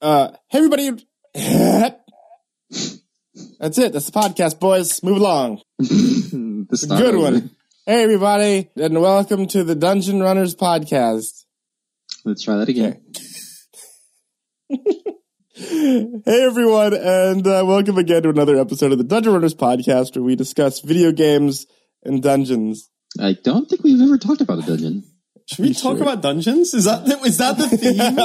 Uh, hey, everybody. That's it. That's the podcast, boys. Move along. this time. Good one. Hey, everybody, and welcome to the Dungeon Runners podcast. Let's try that again. hey, everyone, and uh, welcome again to another episode of the Dungeon Runners podcast where we discuss video games and dungeons. I don't think we've ever talked about a dungeon. Should we talk about dungeons? Is that the, is that the theme?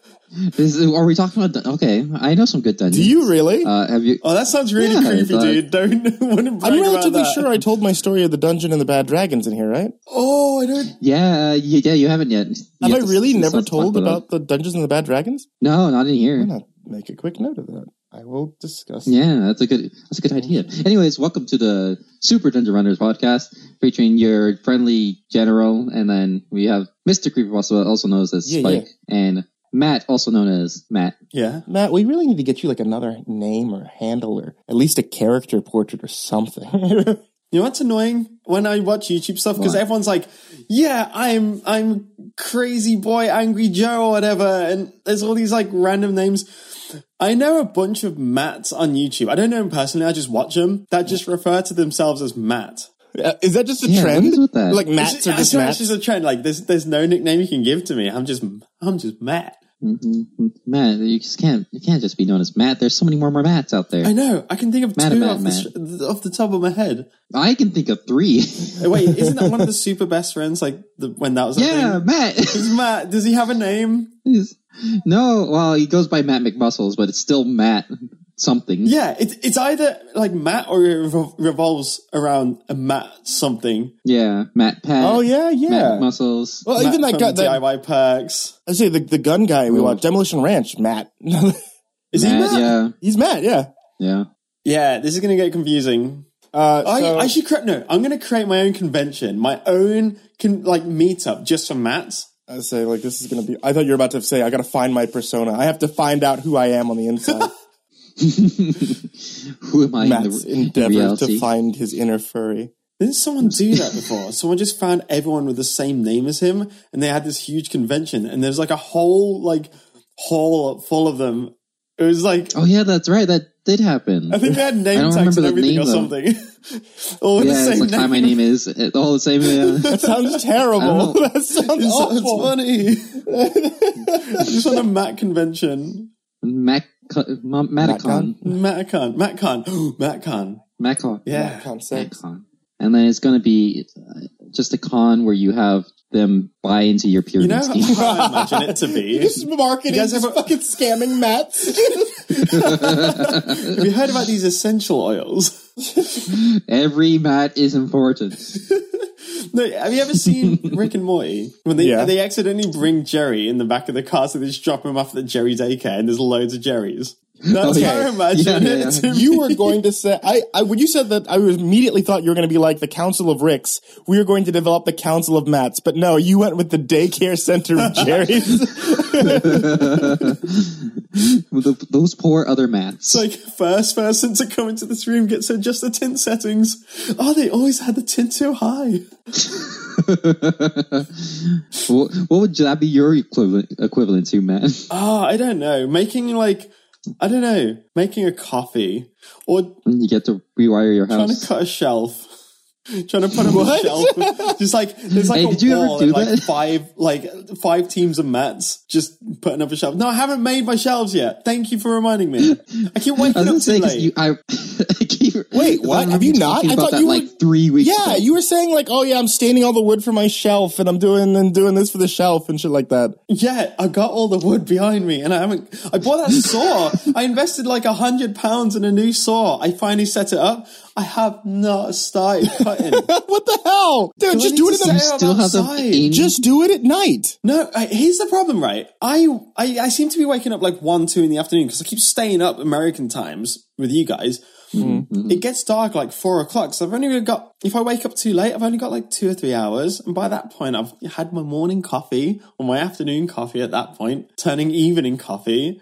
This is, are we talking about? Dun- okay, I know some good dungeons. Do you really? Uh, have you? oh, that sounds really Yeah, creepy, but- dude. Don't wouldn't brag I'm about relatively that. sure I told my story of the dungeon and the bad dragons in here, right? Oh, I don't. yeah, uh, you, yeah, you haven't yet. You Have I have to- really let's never not talk told about the dungeons and the bad dragons? that. No, not in here. Why not make a quick note of that? I will discuss. Yeah, that's a good that's a good idea. Anyways, welcome to the Super Dungeon Runners podcast featuring your friendly general, and then we have Mister Creeper, also also known as Yeah, Spike, and Matt, also known as Matt. Yeah. Matt, we really need to get you like another name or handle or at least a character portrait or something. You know what's annoying when I watch YouTube stuff because What? everyone's like, "Yeah, I'm I'm crazy boy, angry Joe, or whatever," and there's all these like random names. I know a bunch of Matts on YouTube. I don't know them personally. I just watch them that just refer to themselves as Matt. Uh, is that just a Yeah, what trend? is with that? Like Matts are I just swear it's Matts. just a trend. Like there's there's no nickname you can give to me. I'm just I'm just Matt. Mhm. Matt, you just can't you can't just be known as Matt. There's so many more Matts out there. I know. I can think of Mad two about off the, Matt. sh- off the top of my head. I can think of three. Uh, Wait, isn't that one of the super best friends? Like the, when that was a yeah, thing? Matt. Is Matt? Does he have a name? no, well, he goes by Matt McMuscles, but it's still Matt something. Yeah, it's it's either like Matt or it revol- revolves around a Matt something. Yeah, Matt Pat. Oh yeah, yeah. Matt McMuscles. well, Oh, even Matt that guy, from that, DIY perks. I say the, the gun guy we Ooh. watched, Demolition Ranch, Matt. Is he Matt, Matt? Yeah. yeah, He's Matt, yeah. yeah. this is gonna get confusing. Uh, Oh, I, so- I should create no. I'm gonna create my own convention, my own con- like meetup just for Matts. I say like this is gonna be. I thought you were about to say I gotta find my persona. I have to find out who I am on the inside. Who am I in Matt's the, in endeavor reality? to find his inner furry. Didn't someone do that before? someone just found everyone with the same name as him, and they had this huge convention, and there's like a whole like hall full of them. It was like oh yeah, that's right. That did happen. I think they had name don't tags and remember the everything or name, something. All with yeah, the it's same like name. hi, my name is. It, all the same. Yeah. That sounds I terrible. don't that sounds It's, it's awful. funny. just on a Matt convention. Mac, Matacon, Matacon. Matcon. Matcon. Matacon, Yeah. Concept. Matacon. and then it's going to be uh, just a con where you have them buy into your You pyramid know scheme. how I imagine it to You be. just marketing, You guys just have a- fucking scamming Matts. Have you heard about these essential oils? Every mat is important. No, have you ever seen Rick and Morty when they Yeah. they accidentally bring Jerry in the back of the car, so they just drop him off at the Jerry daycare, and there's loads of Jerrys. That's Okay. how I imagine Yeah, yeah, it. yeah. to you be. were going to say I, I when you said that I immediately thought you were going to be like the Council of Ricks. We are going to develop the Council of Mats, but no, you went with the daycare center of Jerry's. The- those poor other mats. It's like first person to come into this room gets adjust the tint settings. Oh, they always had the tint too high. what, what would that be your equivalent equivalent to, Matt? Ah, I don't know. Making like I don't know, making a coffee or You get to rewire your trying house. to cut a shelf. Trying to put them on a shelf, just like there's like Hey, a did you ever wall do and like that? five, like five teams of mats just putting up a shelf. No, I haven't made my shelves yet. Thank you for reminding me. I keep I waking up was too saying late. you, I, I keep, Wait, I what? remember Have you not? talking I about thought that you like were- three weeks. yeah, ago. you were saying like, oh yeah, I'm staining all the wood for my shelf, and I'm doing and doing this for the shelf and shit like that. Yeah, I got all the wood behind me, and I haven't. I bought that saw. I invested like a hundred pounds in a new saw. I finally set it up. I have not started cutting. what the hell, dude? Do I just need do to it in the, set up still have them outside? in. just do it at night. No, I, here's the problem, right? I, I I seem to be waking up like one, two in the afternoon because I keep staying up American times with you guys. Mm-hmm. It gets dark like four o'clock, so I've only really got. If I wake up too late, I've only got like two or three hours, and by that point, I've had my morning coffee or my afternoon coffee. At that point, turning evening coffee.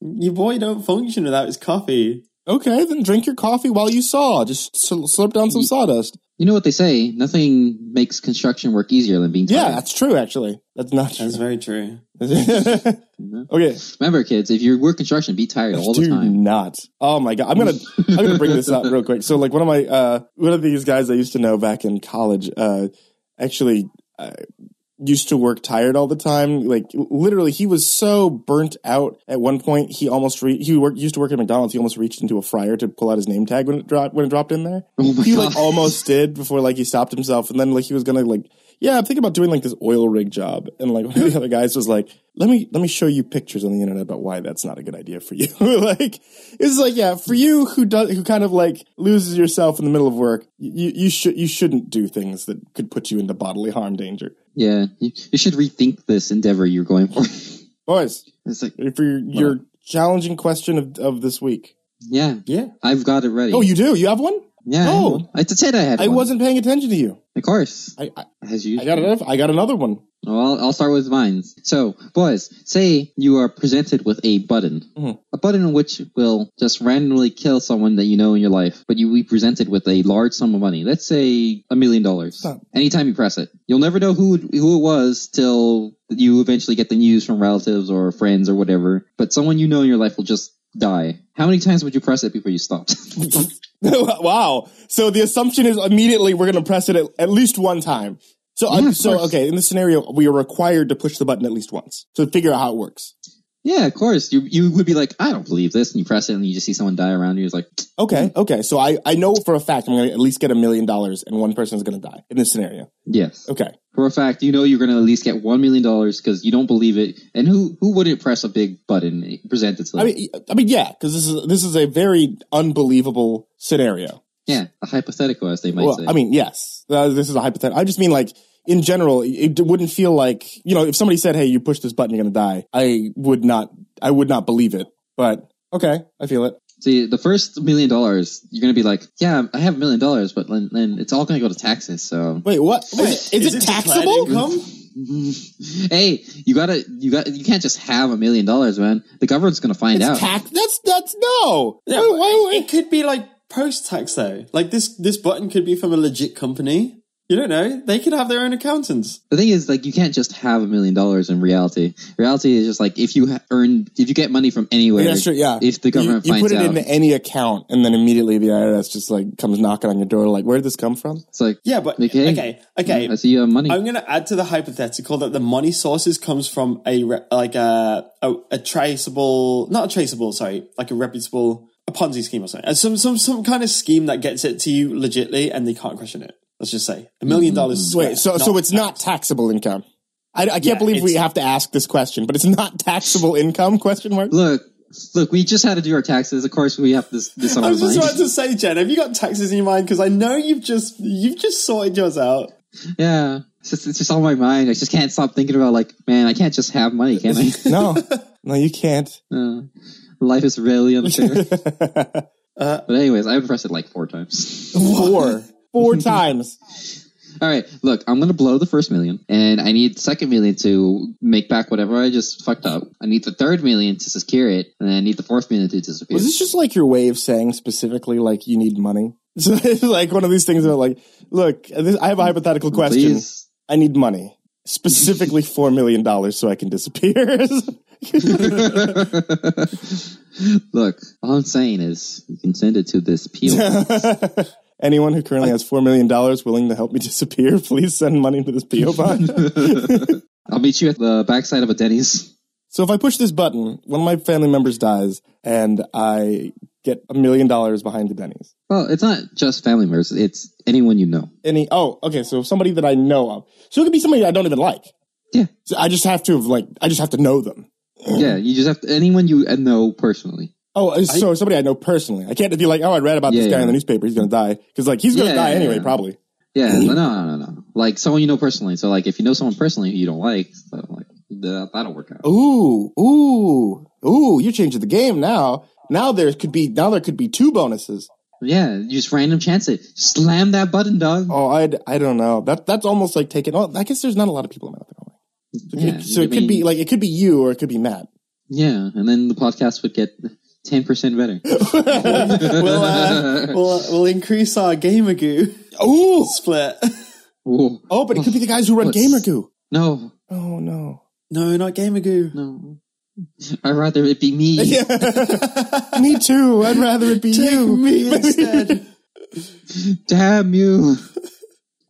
Your boy don't function without his coffee. Okay, then drink your coffee while you saw. Just sl- slurp down some sawdust. You know what they say? Nothing makes construction work easier than being Yeah, tired. that's true. Actually, that's not true. That's very true. okay, Remember, kids, if you work construction, be tired all the do time. not. Oh my god, I'm gonna I'm gonna bring this up real quick. So like one of my uh one of these guys I used to know back in college uh actually uh, used to work tired all the time. Like literally, he was so burnt out at one point he almost re- he worked used to work at McDonald's. He almost reached into a fryer to pull out his name tag when it dropped when it dropped in there. Oh my he god. like almost did before like he stopped himself and then like he was gonna like yeah i'm thinking about doing like this oil rig job and like one of the other guys was like let me let me show you pictures on the internet about why that's not a good idea for you like it's like yeah for you who does who kind of like loses yourself in the middle of work you you should you shouldn't do things that could put you into bodily harm danger yeah, you, you should rethink this endeavor you're going for. boys it's like, for your, your challenging question of, of this week yeah, Yeah. I've got it ready. oh you do you have one yeah. oh. I, I said I had. i one. wasn't paying attention to you Of course, i i, as you. I got another i got another one Well, I'll, I'll start with mine. So, boys, say you are presented with a button. Mhm. A button which will just randomly kill someone that you know in your life, but you will be presented with a large sum of money. Let's say a million dollars. Huh. Anytime you press it. You'll never know who, it- who it was till you eventually get the news from relatives or friends or whatever. But someone you know in your life will just die. How many times would you press it before you stopped? wow. So the assumption is immediately we're going to press it at, at least one time. So, uh, Yeah, of so course. okay, in this scenario, we are required to push the button at least once to figure out how it works. yeah, of course. You, you would be like, I don't believe this. And you press it and you just see someone die around you. It's like, Okay, Hmm. okay. So I, I know for a fact I'm going to at least get a million dollars and one person is going to die in this scenario. yes. Okay. for a fact you know you're going to at least get $1 million because you don't believe it and who who wouldn't press a big button presented to them I mean, I mean, yeah, because this is this is a very unbelievable scenario. yeah a hypothetical as they might Well, say I mean, yes, Uh, this is a hypothetical. I just mean like in general, it it wouldn't feel like you know if somebody said, "Hey, you push this button, you're going to die." I would not, I would not believe it. But okay, I feel it. see the first million dollars you're going to be like yeah i have a million dollars but then, then it's all going to go to taxes so Wait, what? Is it, is it declared taxable? income? hey you gotta you got you can't just have a million dollars man the government's going to find It's out tax. That's that's no. Yeah, Why- but why- why- It could be like post tax though. Like this this button could be from a legit company. You don't know. They could have their own accountants. the thing is like you can't just have a million dollars in reality reality is just like if you ha- earn if you get money from anywhere Yeah, sure, yeah. if the You, government you finds put it out into any account, and then immediately the IRS just like comes knocking on your door, like, "Where did this come from?" it's like Yeah, but Okay. okay, okay. I see you have money. I'm going to add to the hypothetical that the money sources comes from a re- like a, a a traceable, not a traceable, sorry, like a reputable a Ponzi scheme or something, Uh, some some some kind of scheme that gets it to you legitly, and they can't question it. Let's just say a million dollars. is Wait, so square, so it's not taxable income. I, I can't Yeah, believe we it's- have to ask this question, but it's not taxable income? Question mark. look, look, we just had to do our taxes. Of course, we have this. this on I our was just mind. about to say, Jen, have you got taxes in your mind? Because I know you've just you've just sorted yours out. Yeah, it's just, it's just on my mind. I just can't stop thinking about like, man, I can't just have money, can I? No, no, you can't. uh, life is really unfair. Uh, but anyways, I've pressed it like four times. Four, four times. All right, look, I'm gonna blow the first million, and I need the second million to make back whatever I just fucked up. I need the third million to secure it, and I need the fourth million to disappear. Was this just like your way of saying specifically like you need money? So it's like one of these things about like, look, this, I have a hypothetical question. Please. I need money, specifically four million dollars, so I can disappear. Look, all I'm saying is you can send it to this peel. Anyone who currently has four million dollars willing to help me disappear, please send money to this PO box. I'll meet you at the backside of a Denny's. so if I push this button, one of my family members dies, and I get a million dollars behind the Denny's. Well, it's not just family members; it's anyone you know. Any oh okay, so somebody that I know of. So it could be somebody I don't even like. Yeah. So I just have to have like I just have to know them. Yeah, you just have to, anyone you know personally. Oh, so somebody I know personally. I can't be like, oh, I read about this Yeah, guy in yeah. the newspaper. He's gonna die because like he's gonna Yeah, die yeah, anyway, yeah. probably. Yeah, no, no, no, no. Like someone you know personally. So, like, if you know someone personally who you don't like, so, like that, that'll work out. Ooh, ooh, ooh! You're changing the game now. Now there could be now there could be two bonuses. Yeah, you just random chance it. Slam that button, dog. Oh, I I don't know. That that's almost like taking. Oh, I guess there's not a lot of people in my life. that I like. So, it- Yeah, so it I could be mean- like it could be you or it could be Matt. Yeah, and then the podcast would get ten percent better. We'll, uh, we'll, we'll increase our gamer goo Oh, split. Ooh. oh, but it could be the guys who run What's- GamerGoo. No, Oh no. No, not gamer goo. no. I'd rather it be me. Yeah. me too. I'd rather it be you. Me instead. Damn you!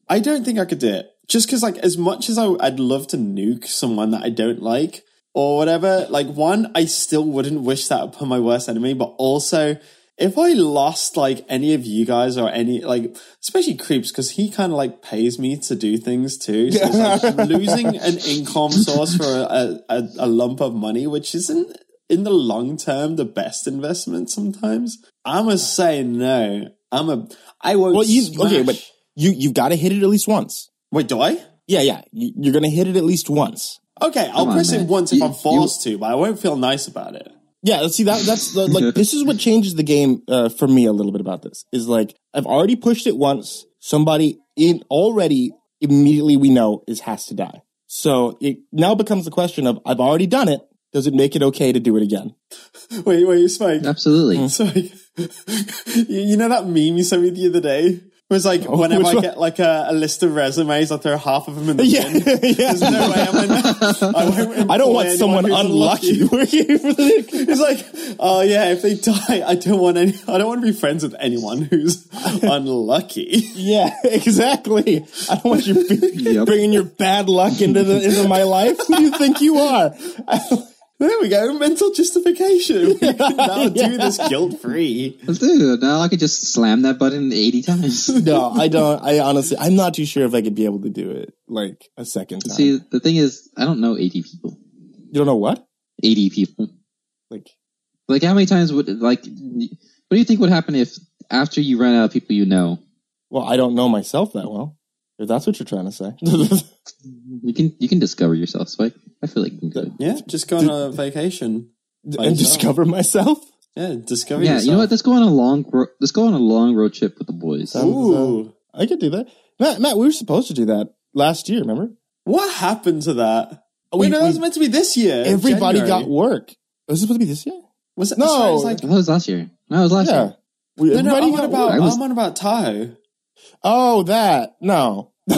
I don't think I could do it. Just because, like, as much as I, I'd love to nuke someone that I don't like or whatever, like, one, I still wouldn't wish that upon my worst enemy, but also, if I lost, like, any of you guys or any, like, especially Creeps, because he kind of, like, pays me to do things too. So it's like losing an income source for a, a, a lump of money, which isn't in the long term the best investment sometimes. I'm going to say no. I'm a, I won't. Well, you smash. okay, but you you've got to hit it at least once. Wait, do I? Yeah, yeah. You, you're gonna hit it at least once. Okay, I'll Come on, press it man. once if You- I'm forced to, but I won't feel nice about it. Yeah, let's see that that's the, like this is what changes the game uh, for me a little bit about this is like I've already pushed it once. Somebody in already immediately we know is has to die. So it now becomes the question of I've already done it. Does it make it okay to do it again? Wait, wait, Spike. Absolutely. Sorry. you, you know that meme you sent me the other day? It was like, whenever Oh, which I one? get like a, a list of resumes, I throw half of them in the Yeah, bin. There's yeah. no way I'm gonna, I, won't I don't employ want anyone someone who's unlucky working for the It's like, oh yeah, if they die, I don't want any. I don't want to be friends with anyone who's unlucky. Yeah, exactly. I don't want you be- Yep. bringing your bad luck into the into my life. Who do you think you are? There we go, mental justification. We can now do this guilt free. Dude, now I could just slam that button 80 times. No, I don't. I honestly, I'm not too sure if I could be able to do it like a second time. See, the thing is, I don't know 80 people. you don't know what? 80 people. Like, Like, how many times would, like, what do you think would happen if after you ran out of people you know, well, I don't know myself that well. If that's what you're trying to say. you can you can discover yourself, Spike? I feel like you can. Yeah, just go on a vacation. and discover myself. Yeah, discover Yeah, yourself. you know what? Let's go on a long ro- let's go on a long road trip with the boys. Sounds, Ooh. uh, I could do that. Matt, Matt, we were supposed to do that last year. Remember? What happened to that? We- Wait, no, that we- was meant to be this year. Everybody January. got work. Was it supposed to be this year? Was it? No. sorry, it's like, That was last year. No, it was last Yeah. year. We- no, no, everybody I'm on got about. work. I was- I'm on about Tahoe. Oh, that no.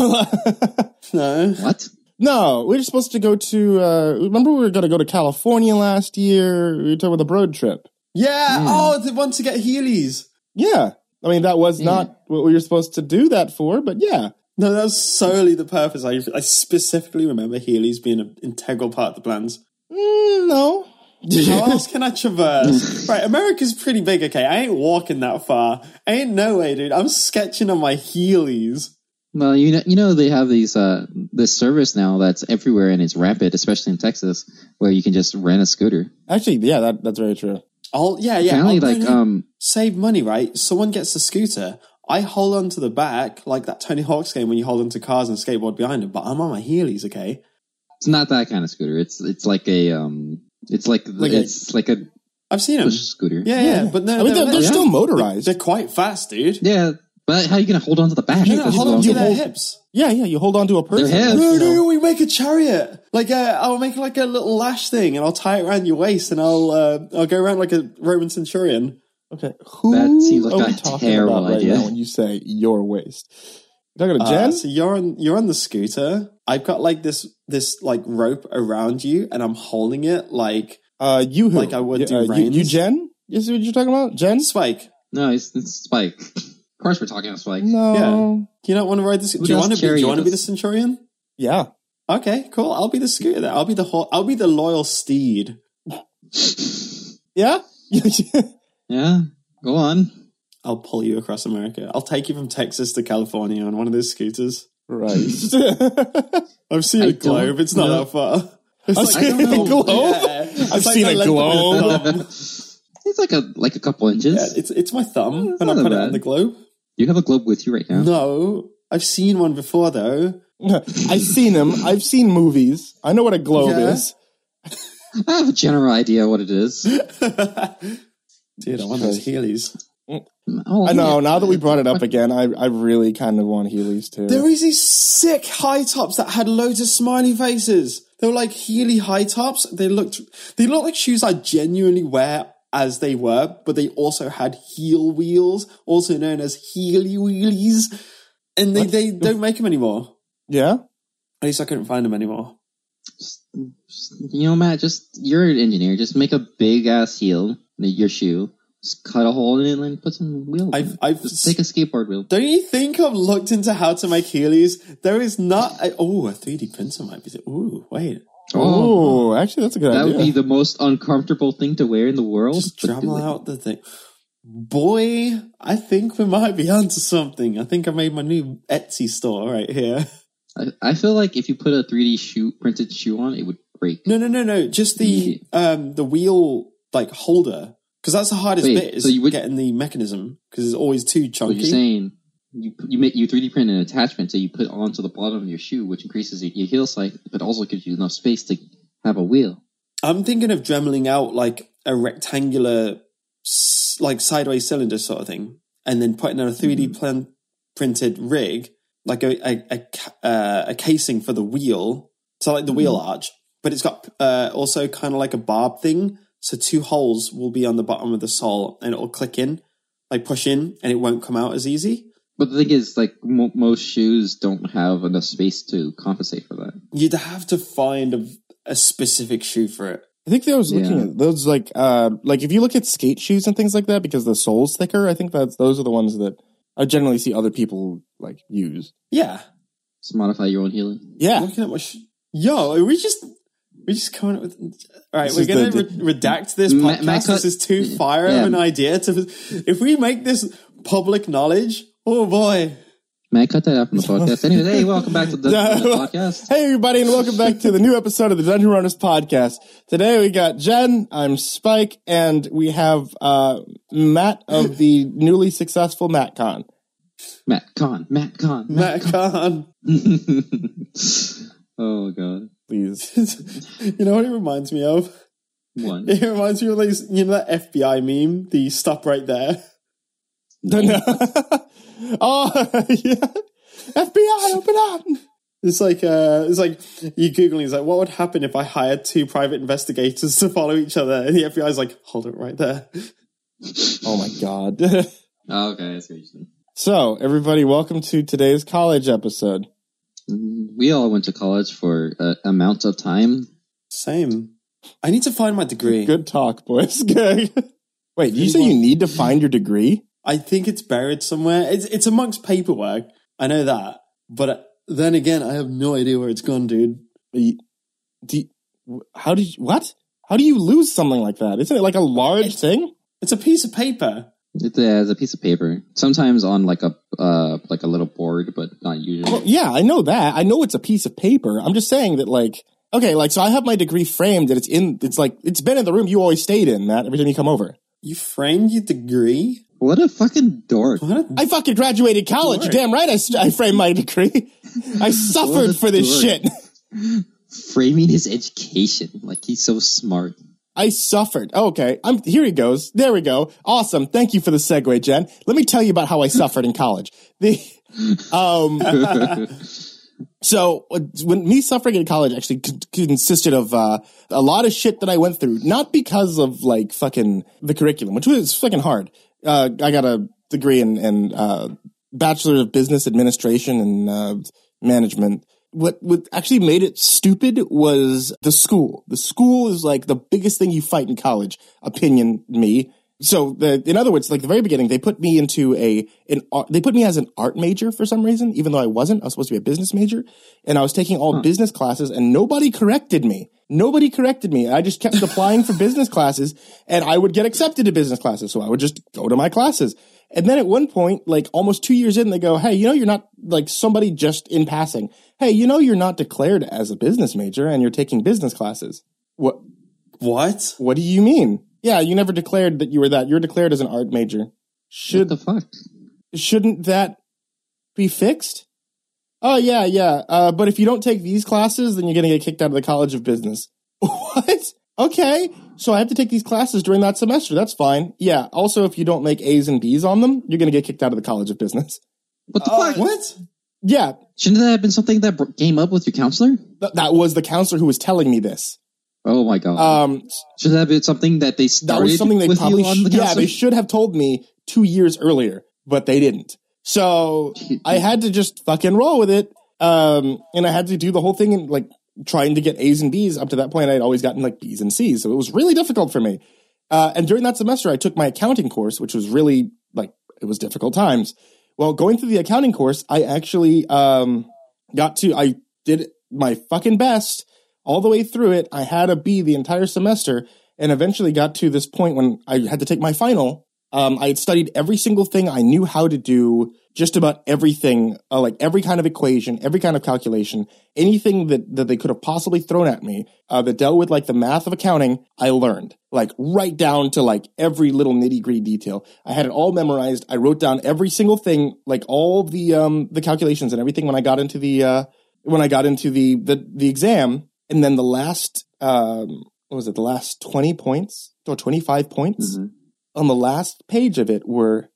No. What? No, we were supposed to go to. Uh, remember, we were going to go to California last year. We were talking about the road trip. Hmm. Yeah. Oh, the one to get Heelys. Yeah, I mean that was not what we were supposed to do that for, but yeah, No, that was solely the purpose. I, I specifically remember Heelys being an integral part of the plans. mm, no. How else can I traverse? right, America's pretty big. Okay, I ain't walking that far. ain't no way, dude. I'm sketching on my Heelys. Well, you know, you know they have these uh, this service now that's everywhere and it's rampant, especially in Texas, where you can just rent a scooter. Actually, yeah, that, that's very true. I'll yeah yeah. Apparently, I'll like donate- um, save money, right? Someone gets a scooter. I hold on to the back like that Tony Hawk's game when you hold onto cars and skateboard behind them. But I'm on my heelys, okay? it's not that kind of scooter. It's it's like a um, it's like, Like a- it's like a I've seen them. push scooter. Yeah, yeah, but no, I mean, they're, they're yeah. still They're, motorized. they're quite fast, dude. Yeah, but how are you gonna hold on to the back? No, no, That's hold what on I'm to saying. their hips. yeah, yeah, you hold on to a person. Their heads. No, you know. no, we make a chariot. Like uh, I'll make like a little lash thing, and I'll tie it around your waist, and I'll uh, I'll go around like a Roman centurion. Okay, who That seems like are we a talking terrible about right idea. now when you say your waist? You're talking to Uh, Jen? so you're on you're on the scooter. I've got like this this like rope around you, and I'm holding it like Uh, you who? like I would do uh, you, reins. you Jen? Is what you're talking about? Jen? Spike. No, it's, it's Spike. Of course, we're talking about Spike. No. Do you not want to ride this? Do Who you does want to be? Do carry you want to be the this? centurion? Yeah. Okay, cool. I'll be the scooter. There. I'll be the ho- I'll be the loyal steed. Yeah. Yeah, go on. I'll pull you across America. I'll take you from Texas to California on one of those scooters. right. I've seen I a globe. don't It's not know. that far. It's I've seen a globe? Yeah. It's I've like seen the a length of my globe. thumb. It's like a like a couple inches. Yeah, it's it's my thumb, That's and I not put it bad. on the globe. you have a globe with you right now. No, I've seen one before though. I've seen him. I've seen movies. I know what a globe Yeah. is. I have a general idea what it is. Dude, I want those Heelys. Oh, I know. yeah. Now that we brought it up again, I, I really kind of want Heelys too. There is these sick high tops that had loads of smiley faces. They were like Heely high tops. They looked they looked like shoes I genuinely wear as they were, but they also had heel wheels, also known as heely wheelies, and they, they don't make them anymore. Yeah. At least I couldn't find them anymore. You know, Matt, just you're an engineer. Just make a big ass heel, your shoe. Just cut a hole in it and put some wheels. in I've it. I've Just take a skateboard wheel. Don't you think I've looked into how to make Heelys? There is not. A, oh, a 3D printer might be. Ooh, wait. Oh, actually, that's a good that idea. would be the most uncomfortable thing to wear in the world. Just but do travel it. out the thing. Boy, I think we might be onto something. I think I made my new Etsy store right here. I, I feel like if you put a 3D shoe printed shoe on, it would break. No, no, no, no. Just the um the wheel like holder because that's the hardest Wait, bit is so you would- getting the mechanism because it's always too What you're chunky. saying, you you make you 3D print an attachment that you put onto the bottom of your shoe, which increases your, your heel size, but also gives you enough space to have a wheel. I'm thinking of dremeling out like a rectangular, s- like sideways cylinder sort of thing, and then putting on a 3D plan- printed rig, like a a a, ca- uh, a casing for the wheel, so like the wheel arch, but it's got uh, also kind of like a barb thing. So two holes will be on the bottom of the sole, and it'll click in, like push in, and it won't come out as easy. But the thing is, like mo most shoes don't have enough space to compensate for that. You'd have to find a, a specific shoe for it. I think that I was looking Yeah. at those like uh like if you look at skate shoes and things like that because the sole's thicker. I think that's those are the ones that I generally see other people like use. Yeah, Just modify your own healing. Yeah, Looking at my sh- yo, are we just we just coming up with. All right, This we're is gonna the- re- redact this Ma- podcast. Matt, this cut- is too fire of yeah. an idea to. If we make this public knowledge, oh boy, May I cut that out from the podcast? Anyway, hey, welcome back to the, Yeah. the podcast. Hey, everybody, and welcome back to the new episode of the Dungeon Runners podcast. Today we got Jen, I'm Spike, and we have uh, Matt of the newly successful MattCon. Matt Con, Matt Con. Matt Khan. oh god, Please. you know what it reminds me of? one. It reminds me of these, you know that FBI meme, the stop right there. oh, yeah. FBI, open up. It's like uh, it's like you googling. It's like, what would happen if I hired two private investigators to follow each other? And the FBI's like, hold it right there. Oh, my God. Oh, okay, that's what you said. so, everybody, welcome to today's college episode. We all went to college for uh, amounts of time. Same. I need to find my degree. Good talk, boys. Good. Wait, did you say you need to find your degree? I think it's buried somewhere. It's it's amongst paperwork. I know that, but then again, I have no idea where it's gone, dude. Are you- do you- how did you, what? How do you lose something like that? Isn't it like a large thing? It's a piece of paper. It has a piece of paper, sometimes on like a uh, like a little board, but not Well, usually. yeah, I know that. I know it's a piece of paper. I'm just saying that, like, okay, like, so I have my degree framed, and it's in. It's like it's been in the room you always stayed in, Matt. Every time you come over, You framed your degree. What a fucking dork! What a I fucking graduated college. You're Dork. damn right. I, s- I framed my degree. I suffered a for this dork. shit. Framing his education like he's so smart. I suffered. Okay, I'm here. He goes. There we go. Awesome. Thank you for the segue, Jen. Let me tell you about how I suffered in college. The um. So uh, when me suffering in college actually c- consisted of uh, a lot of shit that I went through, not because of like fucking the curriculum, which was fucking hard. Uh, I got a degree in, in uh, bachelor of business administration and uh, management. What what actually made it stupid was the school. The school is like the biggest thing you fight in college. Opinion me. So the, in other words, like the very beginning, they put me into a an art, they put me as an art major for some reason, even though I wasn't. I was supposed to be a business major, and I was taking all business classes, and nobody corrected me. Nobody corrected me. I just kept applying for business classes, and I would get accepted to business classes, so I would just go to my classes. And then at one point, like almost two years in, they go, "Hey, you know, you're not like somebody just in passing. Hey, you know, you're not declared as a business major, and you're taking business classes. What? what? What do you mean? Yeah, you never declared that you were that. You're declared as an art major. What Should the fuck? shouldn't that be fixed? Oh yeah, yeah. Uh, but if you don't take these classes, then you're gonna get kicked out of the College of Business. what? Okay, so I have to take these classes during that semester. That's fine. Yeah. Also, if you don't make A's and B's on them, you're gonna get kicked out of the College of Business. What the Uh, fuck? what? Yeah, Shouldn't that have been something that br- came up with your counselor? th- that was the counselor who was telling me this. Oh my god! Um, Should that be something that they that started was something they with probably you on sh- the yeah council? they should have told me two years earlier, but they didn't. So I had to just fucking roll with it, um, and I had to do the whole thing and like trying to get A's and B's. Up to that point, I'd always gotten like B's and C's, so it was really difficult for me. Uh, and during that semester, I took my accounting course, which was really like it was difficult times. Well, going through the accounting course, I actually um, got to I did my fucking best all the way through it. I had a B the entire semester, and eventually got to this point when I had to take my final. Um, I had studied every single thing I knew how to do, just about everything, uh, like every kind of equation, every kind of calculation, anything that, that they could have possibly thrown at me uh, that dealt with like the math of accounting. I learned like right down to like every little nitty gritty detail. I had it all memorized. I wrote down every single thing, like all the um, the calculations and everything when I got into the uh, when I got into the the, the exam, and then the last um, what was it? The last twenty points or twenty five points Mhm. on the last page of it were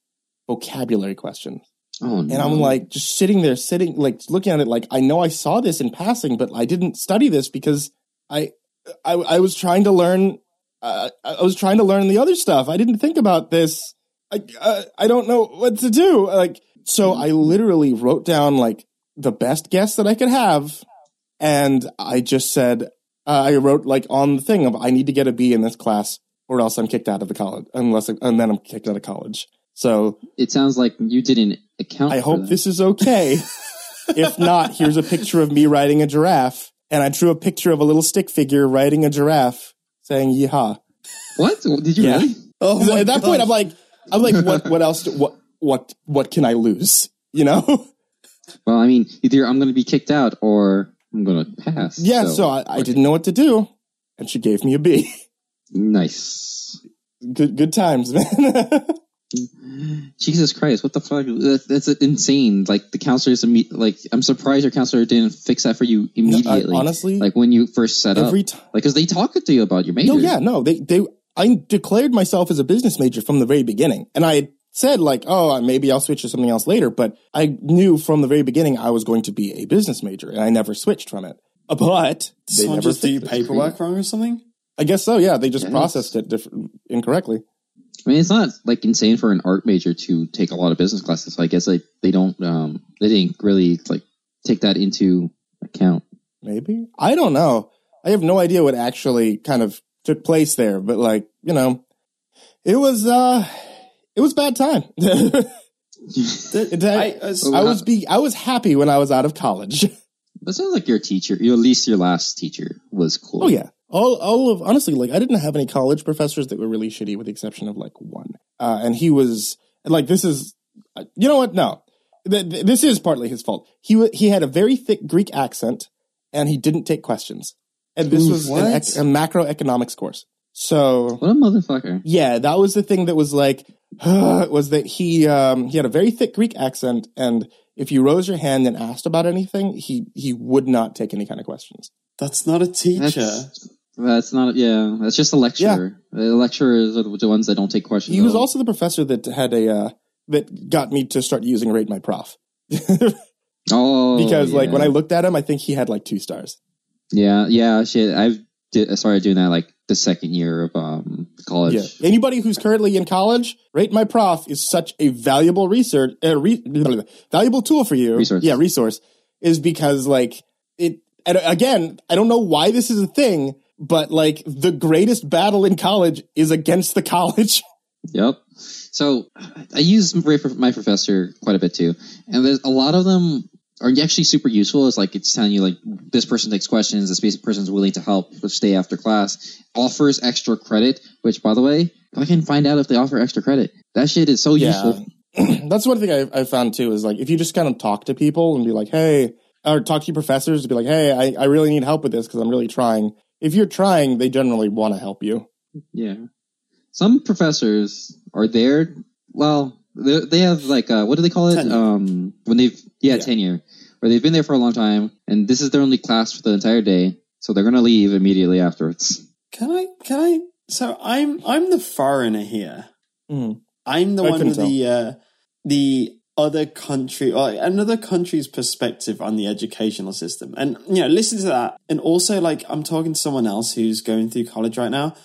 vocabulary questions. Oh no! And I'm like just sitting there, sitting like looking at it, like I know I saw this in passing, but I didn't study this because I I, I was trying to learn. Uh, I was trying to learn the other stuff. I didn't think about this. I uh, I don't know what to do. Like so, I literally wrote down like the best guess that I could have, and I just said uh, I wrote like on the thing of I need to get a B in this class, or else I'm kicked out of the college. Unless and then I'm kicked out of college. So it sounds like you didn't account. I for hope that. this is okay. if not, here's a picture of me riding a giraffe. And I drew a picture of a little stick figure riding a giraffe saying yeehaw. What did you Yeah. really? Oh So at that point, I'm like, I'm like, what, what else, do, what, what, what can I lose? You know? Well, I mean, either I'm going to be kicked out or I'm going to pass. Yeah. So, I, I didn't know what to do. And she gave me a B. nice. Good, good times, man. Jesus Christ, what the fuck? That, that's insane. Like the counselors, imme- like I'm surprised your counselor didn't fix that for you I, immediately. honestly, like when you first set up, every time. like because they talk to you about your major. No, yeah, no. They they I declared myself as a business major from the very beginning, and I had said like, oh, maybe I'll switch to something else later. But I knew from the very beginning I was going to be a business major, and I never switched from it. Uh, But they Someone never. just do your fixed it. paperwork wrong or something? I guess so. Yeah, they just Yes. processed it diff- incorrectly. I mean, it's not like insane for an art major to take a lot of business classes. So I guess like they don't, um, they didn't really like take that into account. Maybe I don't know. I have no idea what actually kind of took place there, but like you know, it was uh, it was bad time. It- I, uh, I, Oh, I was be I was happy when I was out of college. That sounds like your teacher, your, at least your last teacher was cool. Oh yeah. All, all of honestly, like I didn't have any college professors that were really shitty, with the exception of like one. Uh, and he was and, like, this is, uh, you know what? No, Th- th- this is partly his fault. He wa he had a very thick Greek accent, and he didn't take questions. And this Ooh, was an what? ec- a macroeconomics course. So What a motherfucker. yeah, that was the thing that was like was that he um, he had a very thick Greek accent, and if you rose your hand and asked about anything, he he would not take any kind of questions. that's not a teacher. That's, that's not, yeah, that's just a lecturer. The lecturers are the ones that don't take questions. He was at all. also the professor that had a uh, that got me to start using Rate My Prof because Oh, like yeah. when I looked at him, I think he had like two stars. yeah, yeah, shit. I did, I started doing that like the second year of um college. Yeah. Anybody who's currently in college, Rate My Prof is such a valuable research uh, re- valuable tool for you. Resource. Yeah, resource is because like it and uh, again, I don't know why this is a thing, but like the greatest battle in college is against the college. Yep. So I use my my professor quite a bit too, and there's a lot of them are actually super useful. It's like it's telling you like this person takes questions, this person's willing to help, stay after class, offers extra credit. Which, by the way, I can find out if they offer extra credit. That shit is so useful. That's one thing I, I found too is like if you just kind of talk to people and be like, hey, or talk to your professors to be like, hey, I, I really need help with this because I'm really trying. If you're trying, they generally want to help you. Yeah. Some professors are there. Well, they they have like uh, what do they call it? Tenure. Um, when they've yeah, Yeah. tenure, where they've been there for a long time, and this is their only class for the entire day, so they're gonna leave immediately afterwards. Can I? Can I? So I'm I'm the foreigner here. Mhm. I'm the I one couldn't with the uh, the other country or another country's perspective on the educational system. And you know, listen to that. And also like I'm talking to someone else who's going through college right now.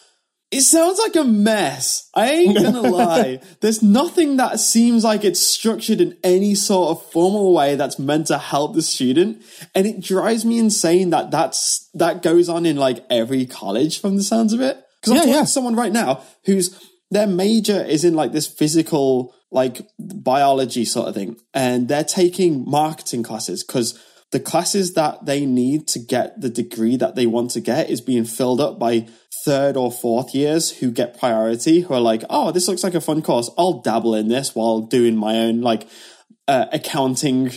It sounds like a mess. I ain't gonna lie. There's nothing that seems like it's structured in any sort of formal way that's meant to help the student. And it drives me insane that that's, that goes on in like every college from the sounds of it. Cause I'm Yeah, talking yeah. to someone right now who's, their major is in like this physical, like biology sort of thing. And they're taking marketing classes because the classes that they need to get the degree that they want to get is being filled up by third or fourth years who get priority, who are like, oh, this looks like a fun course. I'll dabble in this while doing my own like uh, accounting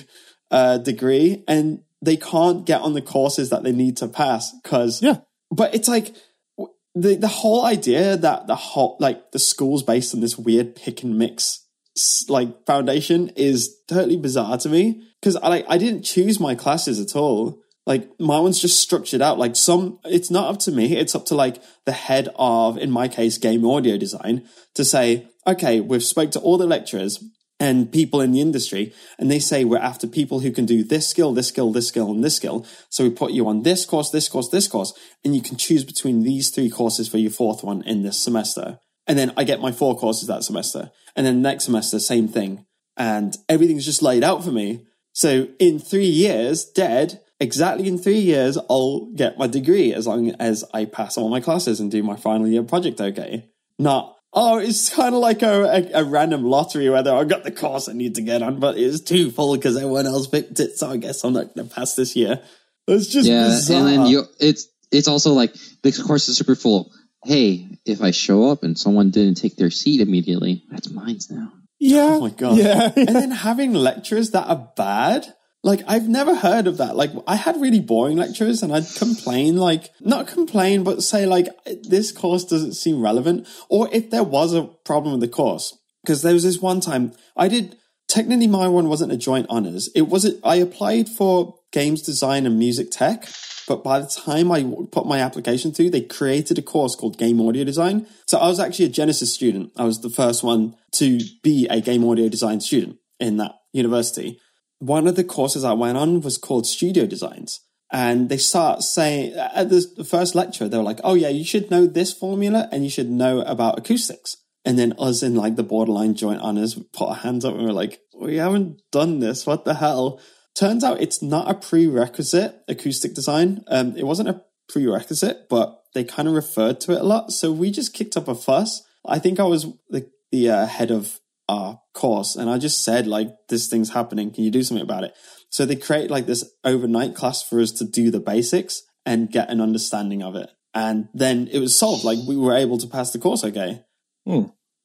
uh, degree. And they can't get on the courses that they need to pass because Yeah. but it's like w- the the whole idea that the whole like the school's based on this weird pick and mix s- like foundation is totally bizarre to me because I like I didn't choose my classes at all. Like my one's just structured out. Like some, it's not up to me. It's up to like the head of, in my case, game audio design to say, okay, we've spoke to all the lecturers and people in the industry and they say we're after people who can do this skill this skill this skill and this skill so we put you on this course this course this course and you can choose between these three courses for your fourth one in this semester and then i get my four courses that semester and then next semester same thing and everything's just laid out for me so in three years dead exactly in three years i'll get my degree as long as i pass all my classes and do my final year project okay not oh it's kind of like a, a, a random lottery whether i got the course i need to get on but it's too full because everyone else picked it so i guess i'm not going to pass this year it's just yeah, bizarre. and uh, then you it's it's also like this course is super full. Hey, if I show up and someone didn't take their seat immediately, that's mine now. Yeah. Oh my God. Yeah. and then having lecturers that are bad like i've never heard of that like i had really boring lecturers and i'd complain like not complain but say like this course doesn't seem relevant or if there was a problem with the course because there was this one time i did technically my one wasn't a joint honors it wasn't i applied for games design and music tech but by the time I w- put my application through, they created a course called Game Audio Design. So I was actually a Genesis student. I was the first one to be a Game Audio Design student in that university. One of the courses I went on was called Studio Designs. And they start saying at this, the first lecture, they were like, oh, yeah, you should know this formula and you should know about acoustics. And then us in like the borderline joint honors put our hands up and we're like, we haven't done this. What the hell? Turns out it's not a prerequisite acoustic design. Um, it wasn't a prerequisite, but they kind of referred to it a lot. So we just kicked up a fuss. I think I was the, the uh, head "Ah, of our course and I just said, like, this thing's happening. Can you do something about it? So they create like this overnight class for us to do the basics and get an understanding of it. And then it was solved. Like we were able to pass the course okay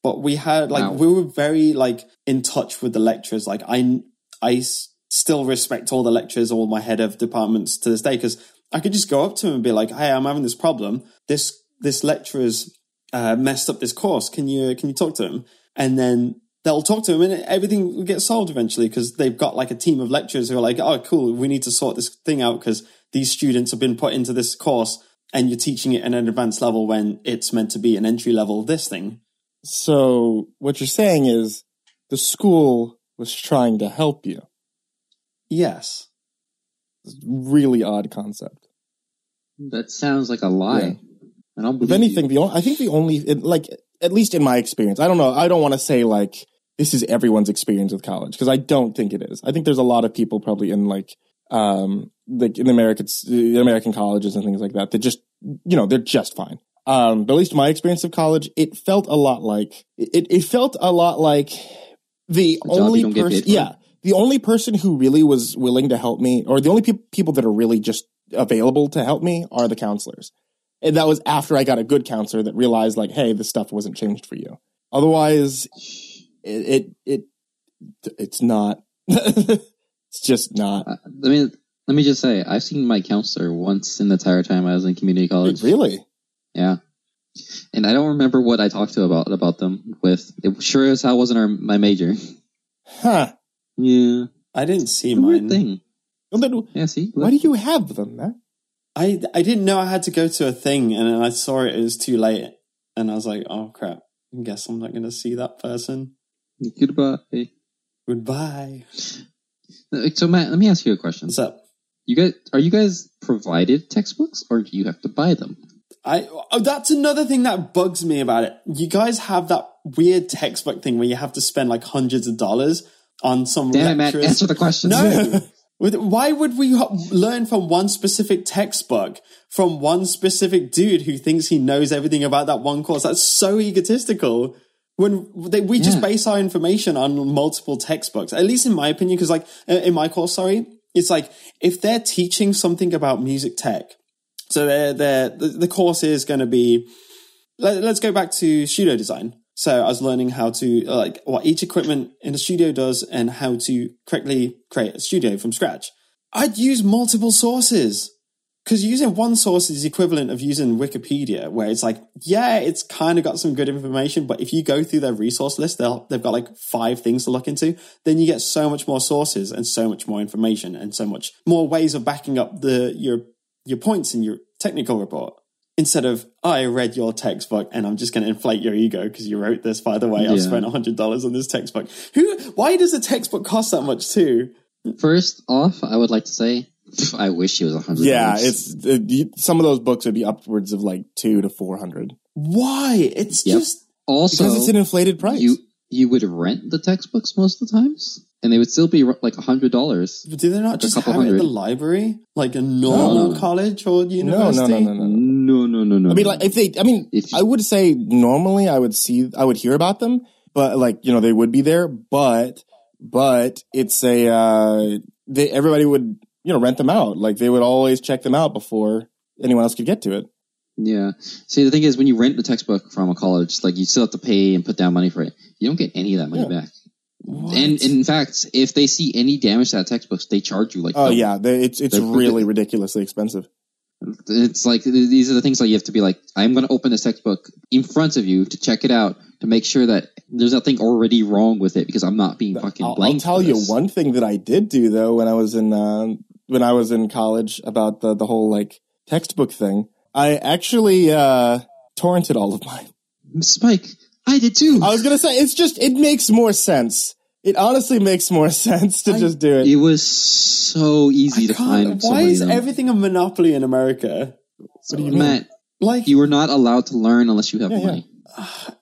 but we had like Wow. we were very like in touch with the lecturers like i i s- still respect all the lecturers all my head of departments to this day because i could just go up to him and be like hey i'm having this problem this this lecturer's uh, messed up this course can you can you talk to him and then they'll talk to him and everything will get solved eventually because they've got like a team of lecturers who are like oh cool we need to sort this thing out because these students have been put into this course and you're teaching it at an advanced level when it's meant to be an entry level this thing So what you're saying is the school was trying to help you. Yes. It's a really odd concept. That sounds like a lie. Yeah. And I'll believe If you. anything, the only, I think the only it, like at least in my experience, I don't know. I don't want to say like this is everyone's experience with college because I don't think it is. I think there's a lot of people probably in like um like in American in American colleges and things like that that just you know they're just fine. Um, but at least my experience of college, it felt a lot like it. It felt a lot like the job you only don't get person, paid for. yeah, the only person who really was willing to help me, or the only peop people that are really just available to help me, are the counselors. And that was after I got a good counselor that realized, like, hey, this stuff wasn't changed for you. Otherwise, it it, it it's not. it's just not. I I mean, let me just say, I've seen my counselor once in the entire time I was in community college. Really? Yeah. And I don't remember what I talked to about about them with. It sure as hell wasn't our, my major. Huh? Yeah. I didn't see It's a weird mine. thing. Well, then Yeah, see? Why do you have them, man? I I didn't know I had to go to a thing and then I saw it, it was too late. And I was like, oh crap. I guess I'm not gonna see that person. Goodbye. Goodbye. So Matt, let me ask you a question. What's up? You guys, are you guys provided textbooks, or do you have to buy them? I oh, that's another thing that bugs me about it. You guys have that weird textbook thing where you have to spend like hundreds of dollars on some Damn it, Matt! lecturer's- Answer the question. No. With- Why would we ho- learn from one specific textbook from one specific dude who thinks he knows everything about that one course? That's so egotistical. When they, we just Yeah. base our information on multiple textbooks, at least in my opinion, because like uh, in my course, sorry, it's like if they're teaching something about music tech, so they're, they're, the, the course is going to be let, let's go back to studio design. So I was learning how to like what each equipment in a studio does and how to correctly create a studio from scratch. I'd use multiple sources because using one source is equivalent of using Wikipedia, where it's like, yeah, it's kind of got some good information, but if you go through their resource list, they'll, they've got like five things to look into. Then you get so much more sources and so much more information and so much more ways of backing up the your your points in your technical report instead of I read your textbook and I'm just going to inflate your ego because you wrote this. By the way, I've Yeah. spent hundred dollars on this textbook. Who? Why does a textbook cost that much too? First off, I would like to say, pff, I wish it was a hundred. Yeah, dollars. it's it, you- some of those books would be upwards of like two to four hundred Why? It's Yep. just also because it's an inflated price. you you would rent the textbooks most of the times, and they would still be r- like a hundred dollars. But do they not A just have couple it at the hundred. library, like a normal No, no. college or no, university? no, no, no, no, no. No, no, no, no. I mean, like if they, I mean, If- I would say normally I would see, I would hear about them, but like you know they would be there, but but it's a uh, they everybody would you know rent them out, like they would always check them out before anyone else could get to it. yeah. See, the thing is, when you rent the textbook from a college, like you still have to pay and put down money for it. You don't get any of that money Yeah. back. What? And, in fact, if they see any damage to that textbooks, they charge you like. Oh double. yeah, they, it's it's They're- really ridiculously expensive. It's like th- these are the things like you have to be like, I'm going to open this textbook in front of you to check it out to make sure that there's nothing already wrong with it because I'm not being fucking I'll, I'll blamed. tell for you this. one thing that I did do though when I was in uh, when I was in college about the the whole like textbook thing. I actually uh, torrented all of mine. Spike, I did too. I was gonna say it's just it makes more sense. It honestly makes more sense to I- just do it. It was so easy I to can't, find. why somebody, is though. everything a monopoly in America? What do you mean? Matt? Like You were not allowed to learn unless you have Yeah, yeah. money.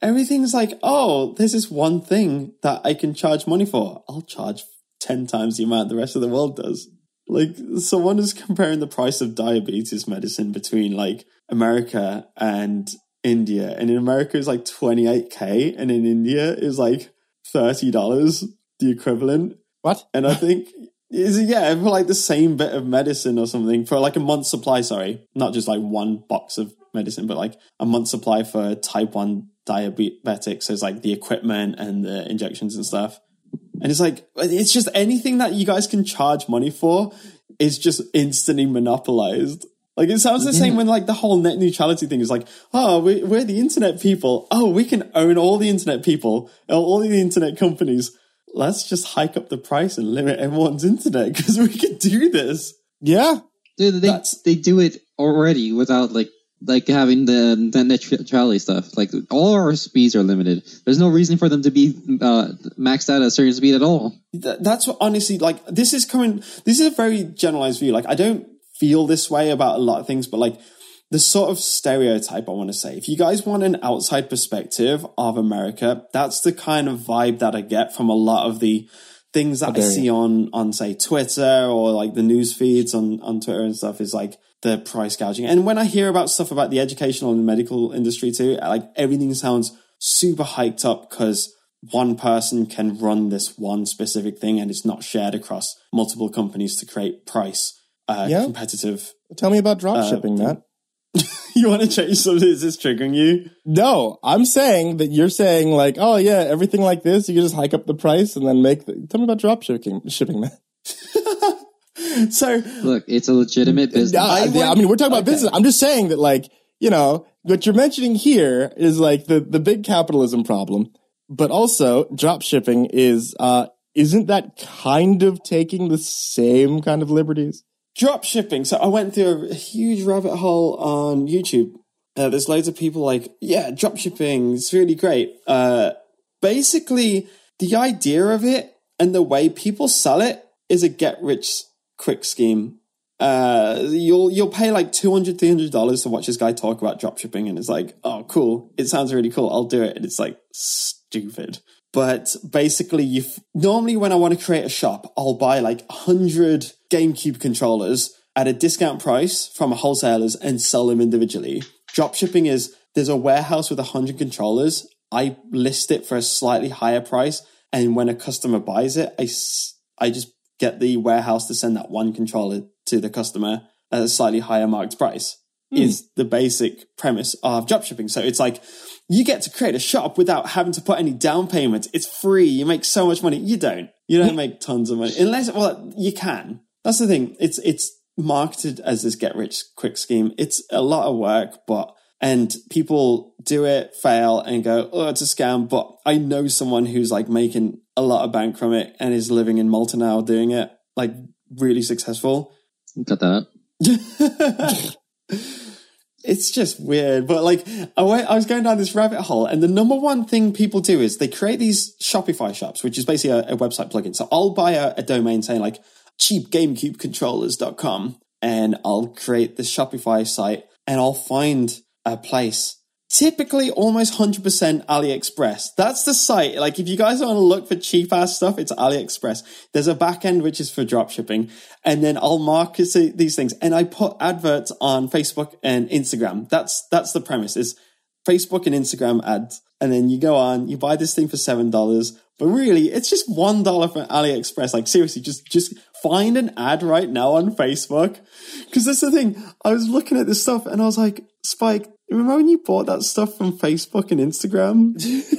everything's like, oh, there's this one thing that I can charge money for. I'll charge ten times the amount the rest of the world does. Like someone is comparing the price of diabetes medicine between like America and India, and in America it's like twenty eight k, and in India it's like thirty dollars, the equivalent. What? And I think is it- yeah, for like the same bit of medicine or something for like a month's supply. Sorry, not just like one box of medicine, but like a month's supply for type one diabetic. So it's like the equipment and the injections and stuff. And it's like it's just anything that you guys can charge money for is just instantly monopolized. Like it sounds the same when like the whole net neutrality thing is like, oh, we, we're the internet people. Oh, we can own all the internet people, all the internet companies. Let's just hike up the price and limit everyone's internet because we can do this. Yeah. Dude, they That's- they do it already without like like having the the net neutrality stuff. Like all our speeds are limited. There's no reason for them to be uh, maxed out at a certain speed at all. Th- that's what honestly like this is coming this is a very generalized view like i don't feel this way about a lot of things but like the sort of stereotype i want to say if you guys want an outside perspective of america that's the kind of vibe that i get from a lot of the things that i dare see on on say twitter or like the news feeds on on twitter and stuff is like the price gouging and when i hear about stuff about the educational and medical industry too like everything sounds super hyped up because one person can run this one specific thing and it's not shared across multiple companies to create price uh, Yeah. competitive. Tell me about drop shipping, Matt. You want to change something? Is this triggering you? No, I'm saying that you're saying like, oh yeah, everything like this, you can just hike up the price and then make. The, tell me about drop shipping, shipping, Matt. So Look, it's a legitimate business. Yeah, I, I yeah, I want- mean, we're talking about okay. business. I'm just saying that, like, you know, what you're mentioning here is like the the big capitalism problem, but also drop shipping is uh, isn't that kind of taking the same kind of liberties? drop shipping. So I went through a huge rabbit hole on YouTube. Uh, there's loads of people like, yeah, drop shipping. It's really great. Uh, basically, the idea of it and the way people sell it is a get rich quick scheme. Uh, you'll you'll pay like 200 dollars to watch this guy talk about dropshipping, and it's like, oh, cool. It sounds really cool. I'll do it, and it's like stupid. But basically, you f- normally when I want to create a shop, I'll buy like 100 GameCube controllers at a discount price from a wholesalers and sell them individually. Dropshipping is there's a warehouse with 100 controllers. I list it for a slightly higher price, and when a customer buys it, I s- I just get the warehouse to send that one controller to the customer at a slightly higher marked price. Is the basic premise of dropshipping. So it's like you get to create a shop without having to put any down payment. It's free. You make so much money. You don't. You don't make tons of money unless well you can. That's the thing. It's it's marketed as this get rich quick scheme. It's a lot of work, but and people do it, fail, and go, oh, it's a scam. But I know someone who's like making a lot of bank from it and is living in Malta now doing it, like really successful. Cut that up. it's just weird. But like, I, went, I was going down this rabbit hole, and the number one thing people do is they create these Shopify shops, which is basically a, a website plugin. So I'll buy a, a domain saying like cheapgamecubecontrollers.com, and I'll create this Shopify site, and I'll find a place. Typically, almost 100% AliExpress. That's the site. Like, if you guys want to look for cheap ass stuff, it's AliExpress. There's a back end which is for dropshipping. And then I'll market these things. And I put adverts on Facebook and Instagram. That's, that's the premise is Facebook and Instagram ads. And then you go on, you buy this thing for seven dollars, but really it's just one dollar from AliExpress. Like seriously, just just find an ad right now on Facebook. Cause that's the thing. I was looking at this stuff and I was like, Spike, remember when you bought that stuff from Facebook and Instagram?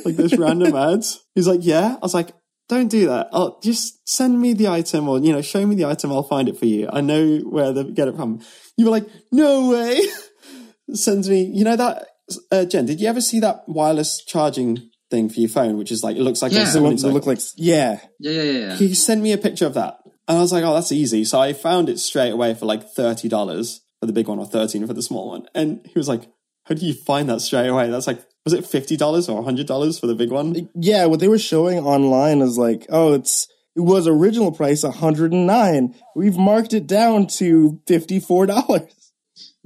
Like those random ads? He's like, Yeah. I was like, don't do that. I'll just send me the item or, you know, show me the item. I'll find it for you. I know where to get it from. You were like, no way. Sends me, you know, that, uh, Jen, did you ever see that wireless charging thing for your phone, which is like, it looks like, Yeah. The ones someone's that look like yeah, Yeah, yeah, yeah, yeah. he sent me a picture of that. And I was like, oh, that's easy. So I found it straight away for like $30 for the big one or 13 for the small one. And he was like, how do you find that straight away? That's like, was it $50 or $100 for the big one? yeah. What they were showing online is like, oh, it's it was original price one hundred and nine. We've marked it down to fifty four dollars.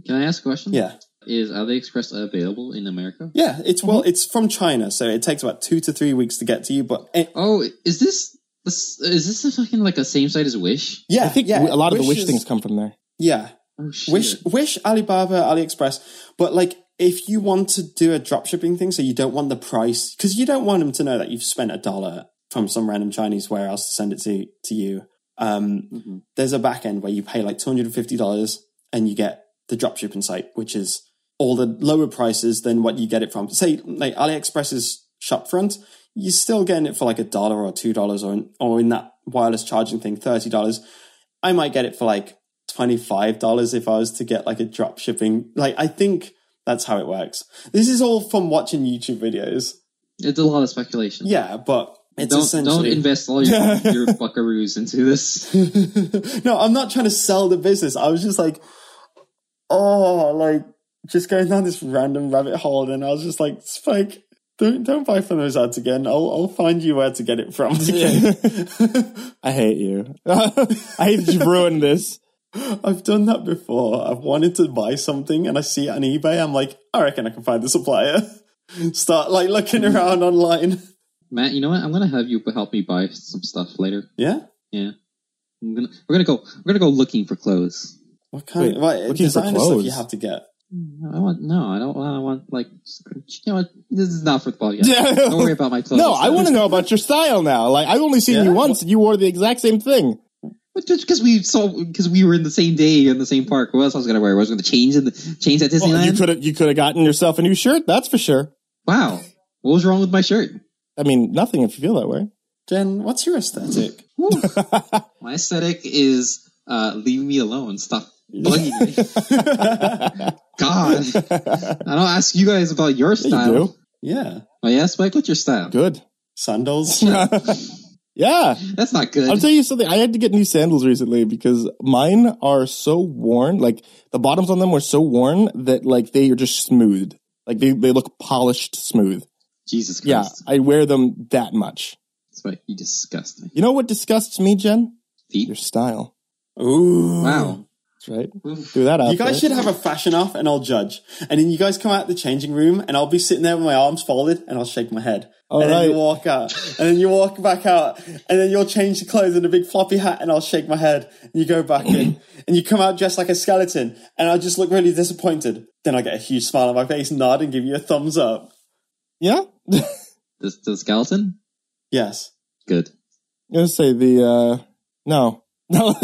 Can I ask a question? Yeah. Is AliExpress available in America? Yeah, it's well, Mm-hmm. it's from China, so it takes about two to three weeks to get to you. But eh, Oh, is this this is this a fucking like a same site as Wish? yeah, I think yeah, a lot of the wish is- things come from there. Yeah, Oh shit. Wish, Wish, Alibaba, AliExpress. But like, if you want to do a dropshipping thing, so you don't want the price because you don't want them to know that you've spent a dollar from some random Chinese warehouse to send it to to you. Um, Mhm. There's a back end where you pay like two hundred and fifty dollars and you get the dropshipping site, which is all the lower prices than what you get it from. Say like AliExpress's shopfront, you're still getting it for like a dollar or two dollars, or in, or in that wireless charging thing, thirty dollars. I might get it for like $25 if I was to get like a drop shipping. Like, I think that's how it works. This is all from watching YouTube videos. It's a lot of speculation. Yeah, but it's don't don't essentially. invest all your, your buckaroos into this. no, I'm not trying to sell the business. I was just like, oh, like just going down this random rabbit hole. And I was just like, Spike, don't, don't buy from those ads again. I'll, I'll find you where to get it from. I hate you. I hate that you've ruined this. I've done that before. I've wanted to buy something and I see it on eBay. I'm like, I reckon I can find the supplier. Start like looking Hmm. around online. Matt, you know what? I'm gonna have you help me buy some stuff later. Yeah. Yeah. I'm gonna, we're gonna go we're gonna go looking for clothes. What kind Wait, of right, looking for designer stuff you clothes? have to get? I want no, I don't want I want like you know what? This is not for the podcast. Yeah. Don't worry about my clothes. No, I want to know about your style now. Like I've only seen Yeah. you once, and you wore the exact same thing. because we saw because we were in the same day in the same park. What else I was gonna wear? I was gonna change in the change at Well, you Disneyland. could have you could have gotten yourself a new shirt. That's for sure. wow, what was wrong with my shirt? I mean, nothing if you feel that way. Jen, what's your aesthetic? My aesthetic is uh, leave me alone. Stop bugging me. God, I don't ask you guys about your Yeah, style. you do Yeah. Oh yeah, Spike, what's your style? good. Sandals. yeah, That's not good. I'll tell you something. I had to get new sandals recently because mine are so worn. Like the bottoms on them were so worn that like they are just smooth. Like they, they look polished smooth. Jesus Yeah, Christ. I wear them that much. That's right. You disgust me. You know what disgusts me, Jen? Your Feet. style. Ooh. Wow. That's right. Oof. Threw that out. You guys there. should have a fashion off and I'll judge. And then you guys come out the changing room and I'll be sitting there with my arms folded and I'll shake my head. All and then right. you walk out. And then you walk back out. And then you'll change the clothes in a big floppy hat and I'll shake my head. And you go back in. And you come out dressed like a skeleton. And I'll just look really disappointed. Then I get a huge smile on my face, nod, and give you a thumbs up. Yeah. I The, the skeleton. Yes. Good. gonna say the uh no. No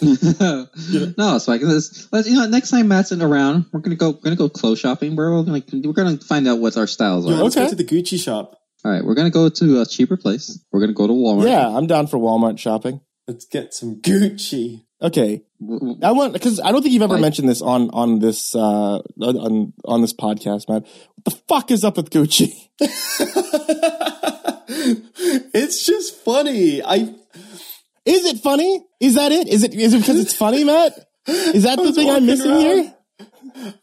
no, so I can let's, let's you know next time Matt's in around, we're gonna go gonna go clothes shopping. We're all gonna we're gonna find out what our styles Yeah, are. Let's go Okay. to the Gucci shop. All right, we're gonna go to a cheaper place. We're gonna go to Walmart. Yeah, I'm down for Walmart shopping. Let's get some Gucci. Okay. W- w- I want because I don't think you've ever Like- mentioned this on on this uh on- on on this podcast, man. What the fuck is up with Gucci? it's just funny. I Is it funny? Is that it? Is it is it because it's funny, Matt? Is that I the was thing I'm walking missing around. here?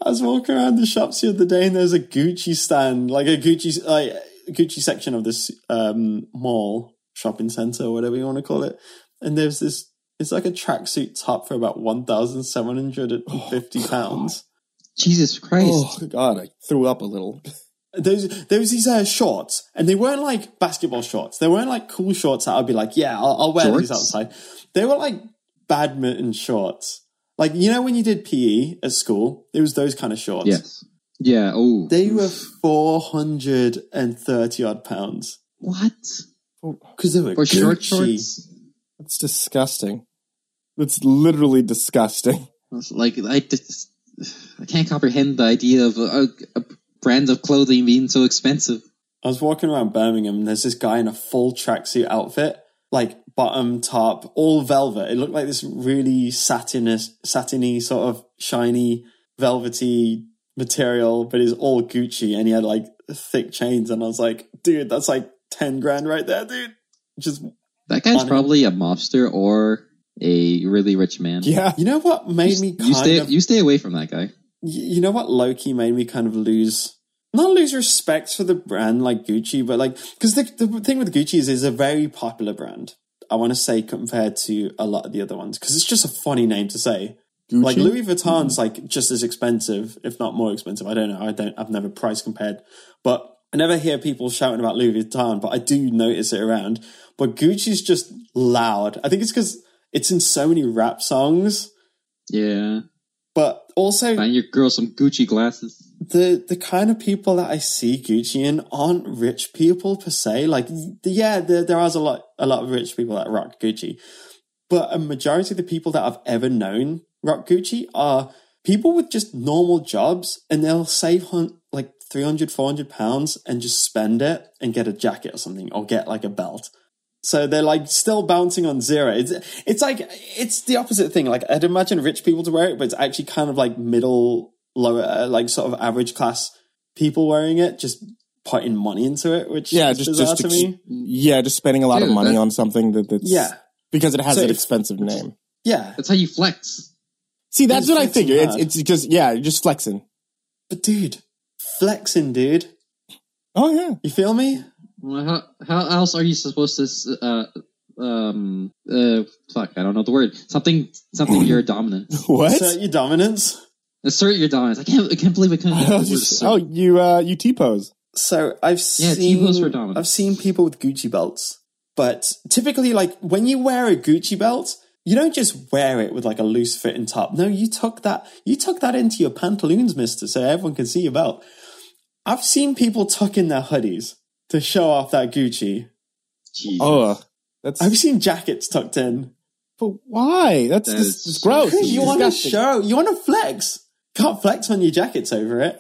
I was walking around the shops the other day, and there's a Gucci stand, like a Gucci, like Gucci section of this um, mall shopping center, whatever you want to call it. And there's this, it's like a tracksuit top for about one thousand seven hundred and fifty pounds. Jesus Christ. Oh god, I threw up a little. Those, there was these uh, shorts, and they weren't like basketball shorts. They weren't like cool shorts that I'd be like, yeah, I'll, I'll wear these Jorts? outside. They were like badminton shorts. Like you know when you did PE at school, it was those kind of shorts. Yes. Yeah. Oh. They were 430 odd pounds. what Because they were for short Gucci. shorts? That's disgusting. That's literally disgusting. It's Like I just I can't comprehend the idea of a, a brand of clothing being so expensive. I was walking around Birmingham and there's this guy in a full tracksuit outfit, like bottom, top, all velvet. It looked like this really satinous, satiny, sort of shiny, velvety material, but it's all Gucci and he had like thick chains. And I was like, dude, that's like 10 grand right there, dude. Just, That guy's Funny. probably a mobster or a really rich man. Yeah. you know what made me You, kind you stay of. you stay away from that guy. Y- you know what Loki made me kind of lose not lose respect for the brand like Gucci, but like because the the thing with Gucci is it's a very popular brand. I want to say compared to a lot of the other ones because it's just a funny name to say. Gucci. Like Louis Vuitton's like just as expensive, if not more expensive. I don't know. I don't. I've never price compared, but I never hear people shouting about Louis Vuitton. But I do notice it around. But Gucci's just loud. I think it's because it's in so many rap songs, Yeah. but also Find your girl some Gucci glasses. the the kind of people that I see Gucci in aren't rich people per se. Like, yeah, there there are a lot a lot of rich people that rock Gucci, but a majority of the people that I've ever known rock Gucci are people with just normal jobs, and they'll save hun- like 300, 400 pounds and just spend it and get a jacket or something, or get like a belt. So they're like still bouncing on zero. It's it's like it's the opposite thing. Like I'd imagine rich people to wear it, but it's actually kind of like middle, lower, uh, like sort of average class people wearing it, just putting money into it, which yeah, is just bizarre just to ex- me. yeah, just spending a lot of Dude, money that- on something that that's Yeah, because it has So an it's- expensive name. yeah. That's how you flex. See, that's it's what I flexing figure. It's hard. it's just yeah, you're just flexing. But dude, flexing, dude. Oh yeah, You feel me? Well, How, how else are you supposed to? s- Uh, um, uh, fuck, I don't know the word. Something, something. your dominance. what? Assert your dominance. Assert your dominance. I can't. I can't believe I couldn't. think of the word assert. oh, you uh, you T pose. So I've Yeah, it's seen Evo's for dominance. I've seen people with Gucci belts, but typically, like when you wear a Gucci belt, you don't just wear it with like a loose fitting top. No, you tuck that you tuck that into your pantaloons, Mister, so everyone can see your belt. I've seen people tuck in their hoodies to show off that Gucci. Jesus. Oh, uh, that's I've seen jackets tucked in. but why? That's That just, is just so gross. This Because is you want to Disgusting. show, you want to flex. Can't flex when your jacket's over it.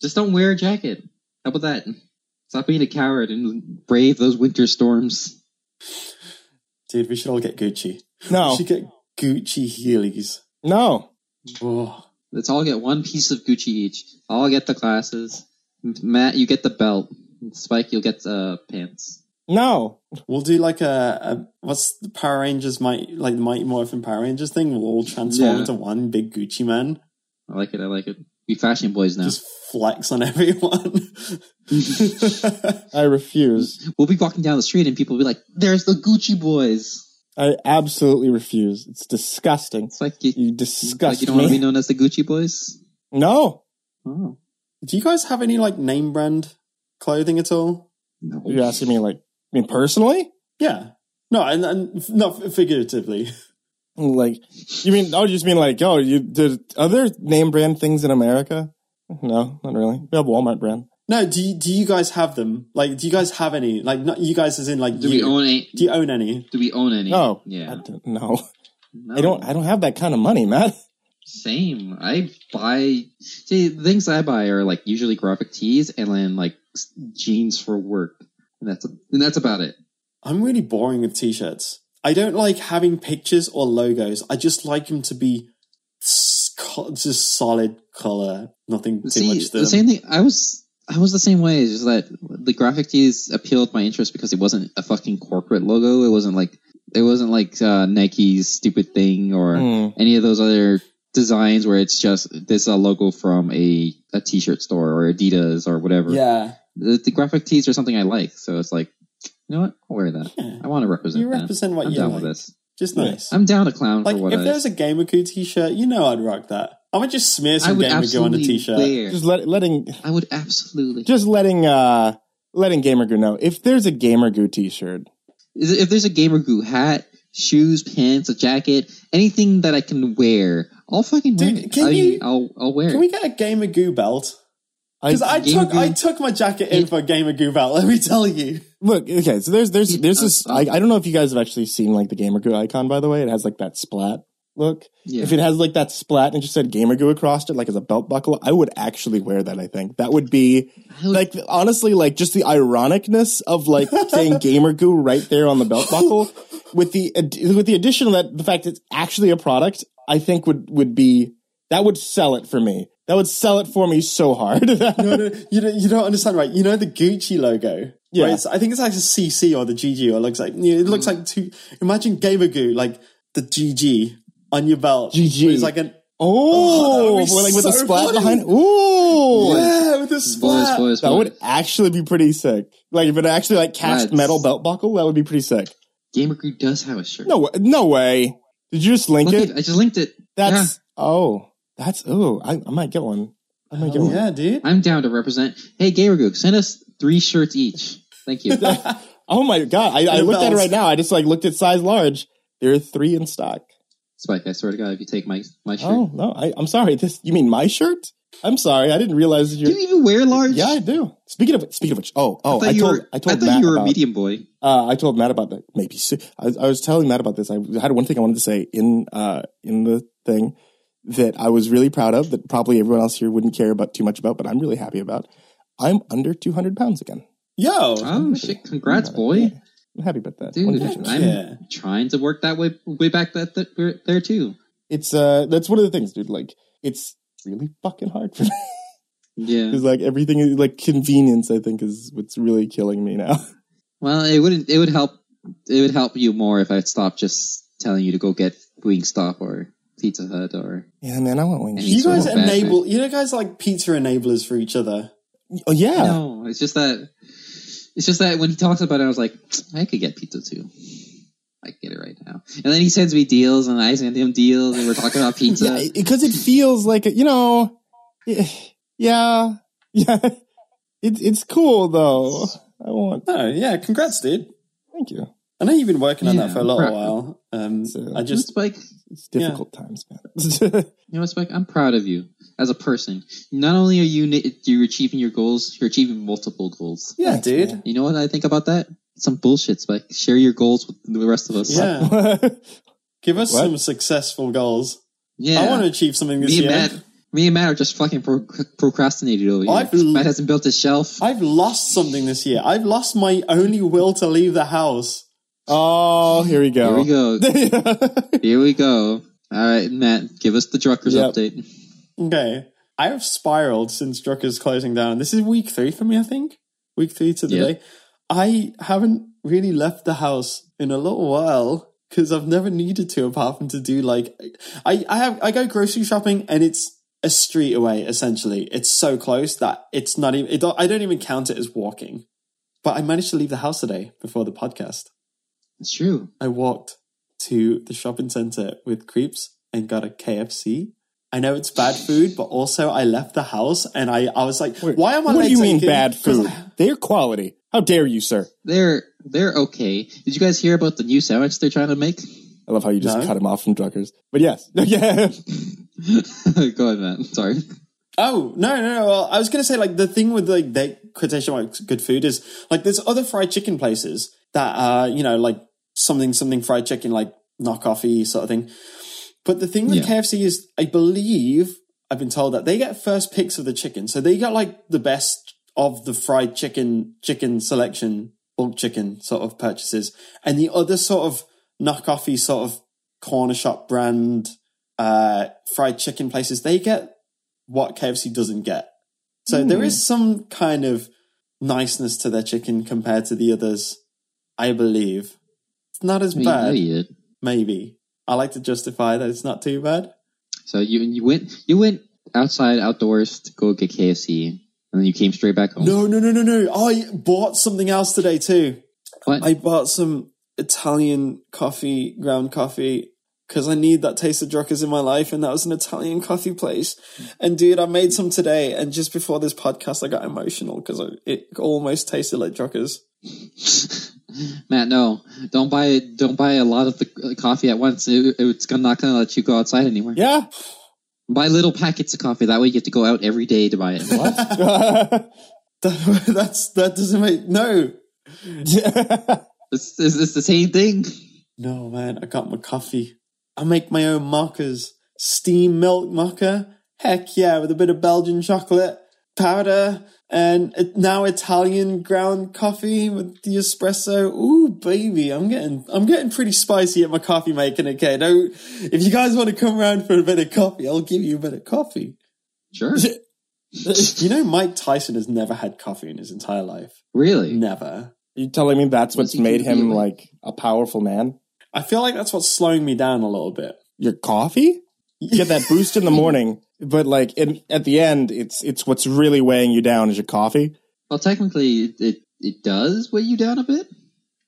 just don't wear a jacket. How about that? Stop being a coward and brave those winter storms. Dude, we should all get Gucci. We No, should get Gucci Heelys. no. Oh. Let's all get one piece of Gucci each. I'll get the glasses. Matt, you get the belt. Spike, you'll get the pants. No. We'll do like a, a what's the Power Rangers might like the Mighty Morphin Power Rangers thing. We'll all transform Yeah. into one big Gucci man. I like it. I like it. be fashion boys now. Just flex on everyone. I refuse. We'll be walking down the street and people will be like, "There's the Gucci boys." I absolutely refuse. It's disgusting. It's like you, You like disgust you don't want to me. be known as the Gucci boys. no, Oh Do you guys have any like name brand clothing at all? no. you're asking me like, I mean, personally, Yeah. No, and, and f- not f- figuratively. like, you mean? Oh, you just mean like, oh, you did? Are there name brand things in America? No, not really. We have Walmart brand. No, do you, do you guys have them? Like, do you guys have any? Like, not you guys as in like Do we you. own any? do you own any? Do we own any? No, I Yeah. don't- no. No. I don't. I don't have that kind of money, man. Same. I buy. See, the things I buy are like usually graphic tees and then like s- jeans for work. And that's and that's about it. I'm really boring with t-shirts. I don't like having pictures or logos. I just like them to be s- co- just solid color. Nothing too See, much. To the them. same thing. I was I was the same way. It's just that the graphic tees appealed my interest because it wasn't a fucking corporate logo. It wasn't like it wasn't like uh, Nike's stupid thing or Mm. Hmm. any of those other designs where it's just this a logo from a a t shirt store or Adidas or whatever. Yeah, The, the graphic tees are something I like, so it's like. You know what? I'll wear that. Yeah. I want to represent you that. represent what I'm you down like. with this. Just Yeah. nice. I'm down to clown like for what if I. there was a Gamergoo t-shirt, you know I'd rock that. I would just smear I some would Gamergoo on a absolutely t-shirt. wear. Just let, letting I would absolutely. just letting uh letting Gamer Goo know if there's a Gamer Goo t-shirt. Is- if there's a gamer goo hat, shoes, pants, a jacket, anything that I can wear, I'll fucking Dude, wear. it. can I, you- I'll I'll wear. Can it. we get a Gamergoo belt? I, Because I Gamer took I Goo- took my jacket in for a Gamergoo belt. Let me tell you. look okay. So there's there's there's this. I, I don't know if you guys have actually seen like the Gamer Goo icon. By the way, it has like that splat look. yeah. If it has like that splat and just said Gamer Goo across it, like as a belt buckle, I would actually wear that. I think that would be I would- like honestly like just the ironicness of like saying gamer goo right there on the belt buckle with the ad- with the addition of that the fact it's actually a product i think would would be that would sell it for me that would sell it for me so hard No, no, you don't, you don't understand, right? You know the Gucci logo. Yeah. right? It's- I think it's like a CC or the GG, or it looks like you know, it Mm. looks like two. Imagine Gamergoo like the GG on your belt. GG. Where It's like an oh, Oh, that would be like with the so splat funny. behind ooh yeah with a Boys, splat. boys, that boys. would actually be pretty sick like if it actually like cast That's- metal belt buckle that would be pretty sick Gamer Goo does have a shirt. no wa- no way did you just link Look it at- I just linked it. that's oh that's ooh I, I might get one i might get one Yeah, dude. I'm down to represent. Hey, Gamer Goo, send us three shirts each. Thank you. Oh my god! I, I It looked at it bells. right now. I just like looked at size large. There are three in stock. Spike, I swear to God, if you take my my shirt, Oh no! I, I'm sorry. This you mean my shirt? I'm sorry. I didn't realize that do you you're. even wear large? Yeah, I do. Speaking of speaking of which, oh oh, thought I, you told were, I told thought Matt you were about a medium boy. uh, I told Matt about that. Maybe so- I, was- I was telling Matt about this. I had one thing I wanted to say in uh, in the thing that I was really proud of. That probably everyone else here wouldn't care about too much about, but I'm really happy about. I'm under 200 pounds again. Yo, Oh shit! Congrats, boy. I'm happy about that. Dude, One picture. I'm yeah. trying to work that way way back that, that there too. it's uh that's one of the things dude like it's really fucking hard for me Yeah. because like everything is like convenience i think is what's really killing me now Well, it wouldn't. It would help. It would help you more if I stopped just telling you to go get Wingstop or Pizza Hut or. yeah man i want wings And You He's guys so bad, enable. You know, guys are like pizza enablers for each other. oh yeah No, it's just that. It's just that when he talks about it, I was like, I could get pizza too. I could get it right now. And then he sends me deals, and I send him deals, and we're talking about pizza. yeah because it feels like you know eh, yeah yeah it's it's cool though i want Oh yeah, congrats, dude. thank you I know you've been working on Yeah, that for a little right. while. Um, So- I You know, just Spike. it's difficult times man You know, what, Spike. I'm proud of you as a person. Not only are you ni- you're achieving your goals, you're achieving multiple goals. yeah, Thanks, dude. man. You know what I think about that? Some bullshit, Spike. Share your goals with the rest of us. Yeah, give us What? some successful goals. Yeah. I want to achieve something this me and year. Matt, me and Matt are just fucking pro- procrastinated over here. I've- Matt hasn't built his shelf. I've lost something this year. I've lost my only will to leave the house. oh here we go Here we go. go Here we go. All right, Matt, give us the Druckers Yep. update. Okay. I have spiraled since Drucker's closing down. This is week three for me, I think. Week three to the Yeah. day. I haven't really left the house in a little while because I've never needed to apart from to do like I, I have I go grocery shopping and it's a street away. Essentially, it's so close that it's not even. It don't, I don't even count it as walking. But I managed to leave the house today before the podcast. It's true. I walked to the shopping center with creeps and got a KFC. I know it's bad food, but also I left the house and I, I was like, why am I? What do you mean taking- bad 'cause food? They're quality. How dare you, sir? They're they're okay. Did you guys hear about the new sandwich they're trying to make? I love how you just No. cut him off from Druckers. But yes, yeah, Go ahead, Matt. Sorry. Oh no, no, no! Well, I was gonna say like the thing with like the quotation marks good food is like there's other fried chicken places that are you know like something something fried chicken like knockoffy sort of thing. But the thing with Yeah. KFC is, I believe I've been told that they get first picks of the chicken, so they got like the best of the fried chicken chicken selection bulk chicken sort of purchases, and the other sort of knockoffy sort of corner shop brand uh fried chicken places they get what KFC doesn't get. So there is some kind of niceness to their chicken compared to the others, I believe. It's not as You bad, idiot. maybe. I like to justify that it's not too bad. So you you went you went outside outdoors to go get KFC, and then you came straight back home. No, no, no, no, no. I bought something else today too. What? I bought some Italian coffee, ground coffee, because I need that taste of Druckers in my life, and that was an Italian coffee place. And dude, I made some today, and just before this podcast, I got emotional because it almost tasted like Druckers. Matt, no, don't buy don't buy a lot of the coffee at once. It, it's gonna not gonna let you go outside anywhere. yeah. Buy little packets of coffee. That way you have to go out every day to buy it. That, that's that doesn't make no, Yeah. It's, it's, it's the same thing. no, man. I got my coffee. I make my own mockers, steam milk mocha. Heck yeah, with a bit of Belgian chocolate powder and it- now Italian ground coffee with the espresso. Ooh, baby, I'm getting I'm getting pretty spicy at my coffee making. Okay, no, if you guys want to come around for a bit of coffee, I'll give you a bit of coffee. Sure. You know, Mike Tyson has never had coffee in his entire life. Really? Never. You telling me that's what's What's he made him doing? like a powerful man? I feel like that's what's slowing me down a little bit. Your coffee? You get that boost in the morning, but like in, at the end, it's it's what's really weighing you down is your coffee. Well, technically, it, it it does weigh you down a bit.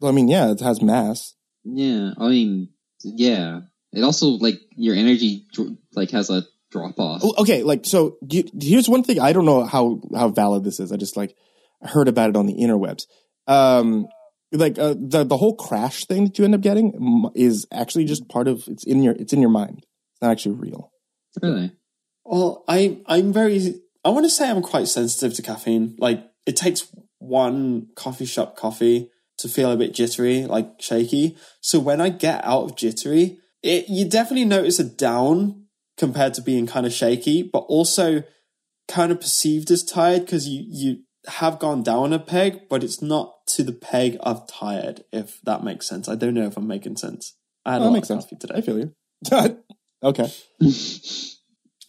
Well, I mean, yeah, it has mass. Yeah, I mean, yeah. It also like your energy dr- like has a drop off. Oh, Okay, like so. do You, here's one thing I don't know how how valid this is. I just like heard about it on the interwebs. Um, like uh, the the whole crash thing that you end up getting mm, is actually just part of it's in your it's in your mind. It's not actually real. Really? Well, I I'm very I want to say I'm quite sensitive to caffeine. Like it takes one coffee shop coffee to feel a bit jittery, like shaky. So when I get out of jittery, it you definitely notice a down compared to being kind of shaky, but also kind of perceived as tired because you you have gone down a peg, but it's not to the peg of tired. If that makes sense, I don't know if I'm making sense. I had Oh, a that lot makes of sense. coffee today. I feel you. okay. I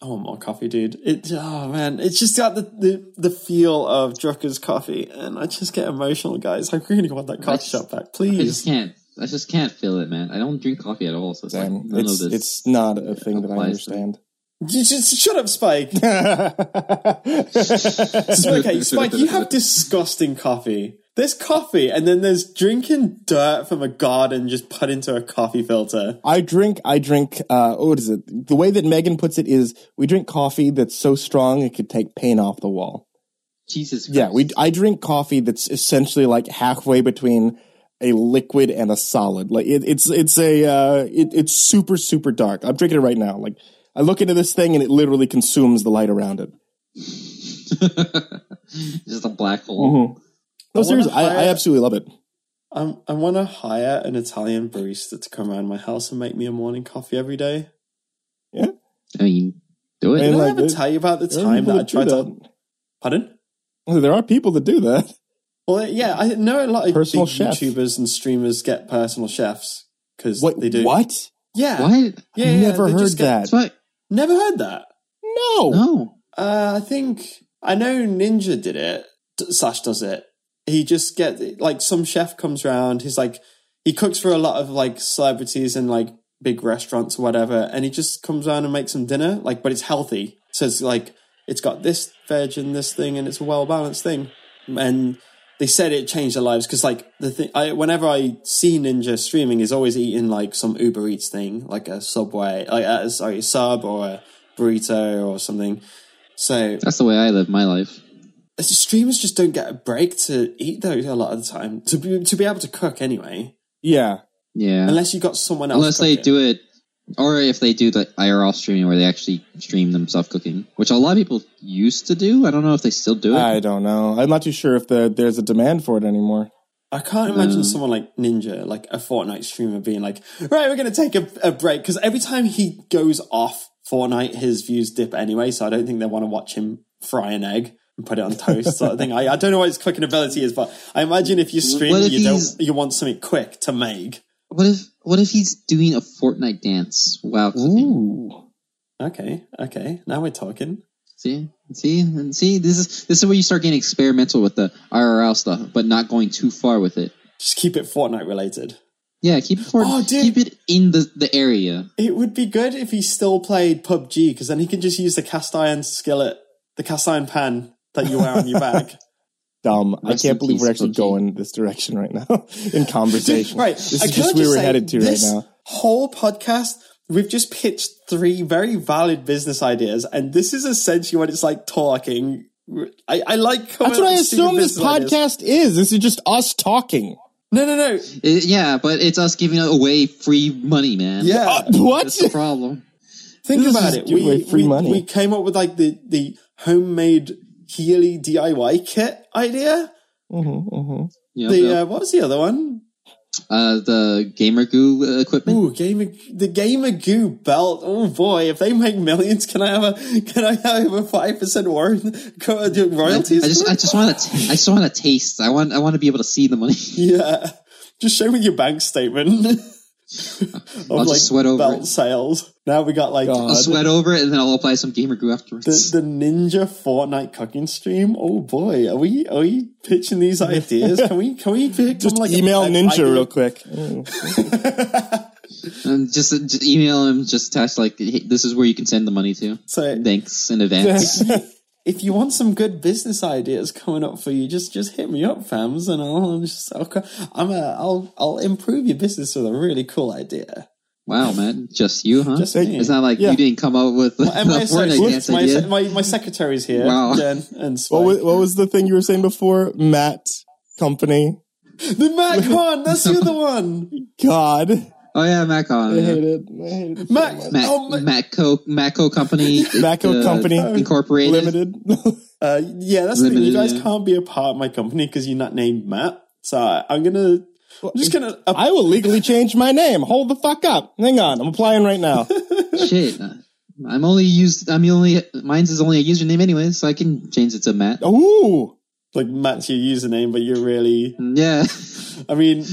want Oh, more coffee, dude. It oh man, it's just got the, the, the feel of Drucker's coffee, and I just get emotional, guys. I really want that coffee That's- shop back, I please. just can't. I just can't feel it, man. I don't drink coffee at all, so it's like Damn, none it's of this. it's not a thing that I applies to understand. You just shut up, Spike. I okay, Spike, you have disgusting coffee. There's coffee, and then there's drinking dirt from a garden just put into a coffee filter. drink. I drink. Uh, what is it? The way that Megan puts it is, we drink coffee that's so strong it could take paint off the wall. Jesus. Yeah, we. I drink coffee that's essentially like halfway between a liquid and a solid. Like it, it's it's a uh, it, it's super super dark. I'm drinking it right now. Like I look into this thing and it literally consumes the light around it. just a black hole. No, Mm-hmm. I seriously, wanna I, I hire- absolutely love it. I'm, I want to hire an Italian barista to come around my house and make me a morning coffee every day. Mm-hmm. I mean, do it. I mean, Did I like, ever there's- tell you about the There are time people that I do tried to? Pardon? that. There are people that do that. Well, yeah, I know a lot of Personal big chef. YouTubers and streamers get personal chefs because What? they do. What? Yeah, Why? yeah, yeah, yeah, Never they heard just get- that. That's why. Never heard that. No. No. Uh, I think I know Ninja did it. D- Slash does it. He just get like some chef comes round. He's like he cooks for a lot of like celebrities and like big restaurants or whatever, and he just comes round and makes them dinner. Like, but it's healthy. says like it's got this veg and this thing, and it's a well balanced thing. And they said it changed their lives because like the thing, I, whenever I see Ninja streaming, is always eating like some Uber Eats thing, like a Subway, like uh, sorry, a sub or a burrito or something. So That's the way I live my life. streamers just don't get a break to eat those a lot of the time to be to be able to cook anyway, Yeah. Yeah. unless you got someone else. Unless they cooking. do it, or if they do the IRL streaming where they actually stream themselves cooking, which a lot of people used to do. I don't know if they still do it. I don't know. I'm not too sure if the, there's a demand for it anymore. I can't imagine Um, someone like Ninja, like a Fortnite streamer, being like, right, we're going to take a, a break. Because every time he goes off Fortnite, his views dip anyway. So I don't think they want to watch him fry an egg and put it on toast sort of thing. I, I don't know what his cooking ability is, but I imagine if you stream, What if you, don't, he's- you want something quick to make. what if What if he's doing a Fortnite dance while cooking? Ooh. Okay, okay. Now we're talking. See, see, and see. This is this is where you start getting experimental with the IRL stuff, but not going too far with it. Just keep it Fortnite related. Yeah, keep it for, Oh, dude. keep it in the the area. It would be good if he still played PUBG because then he can just use the cast iron skillet, the cast iron pan that you wear on your back. Dumb. I Rest in can't believe peace, we're actually PUBG. going this direction right now in conversation. Right. This I is can just I where just we're say, headed to right this now. Whole podcast, we've just pitched three very valid business ideas, and this is essentially what it's like talking. I, I like coming That's what up I with stupid assume this business ideas. podcast is. This is just us talking. No, no, no. It- Uh, yeah, but it's us giving away free money, man. Yeah, Uh, what? that's the problem. think this about is it. giving We, away free we, money. we came up with like the the homemade Healy DIY kit idea. Mhm, mhm. Yep, The yep. uh, what was the other one? Uh, the gamer goo uh, equipment. Ooh, gamer the gamer goo belt. Oh boy, if they make millions, can I have a can I have a five percent I royalties? just, I just want to, I just want to taste. I want, I want to be able to see the money. Yeah. Just show me your bank statement. of I'll just sweat over belt it. sales. Now we got like uh, God. I'll sweat over it, and then I'll apply some gamer goo the, afterwards. the ninja Fortnite cooking stream. Oh boy, are we are we pitching these ideas? Can we can we pick Just them, like email a- Ninja idea? real quick. and just, just email him, just attach like, hey, this is where you can send the money to. So Thanks in advance. if you want some good business ideas coming up for you, just just hit me up, fams, and I'll I'm just I'll, co- I'm a, I'll I'll improve your business with a really cool idea. wow, man, just you, huh? Just me. it's not like Yeah. you didn't come up with the, And my, the Fortnite dance associates- my, idea. my, my secretary's here, Wow. Jen and Spike. what, was, what was the thing you were saying before? Matt Company. The Mac one, that's the other one. God. I oh yeah, Macon. hate Yeah. it. I hate it. Mac, Mac, oh, Ma- Macco, Macco Company, Macco uh, Company Incorporated. Limited. uh, yeah, that's the thing. You Limited, guys yeah. can't be a part of my company because you're not named Matt. So I- I'm gonna, I'm just gonna. I will legally change my name. Hold the fuck up. Hang on. I'm applying right now. Shit, I'm only used. I'm only. Mine's is only a username anyway, so I can change it to Matt. Oh. Ooh. like Matt's your username, but you're really. Yeah, I mean,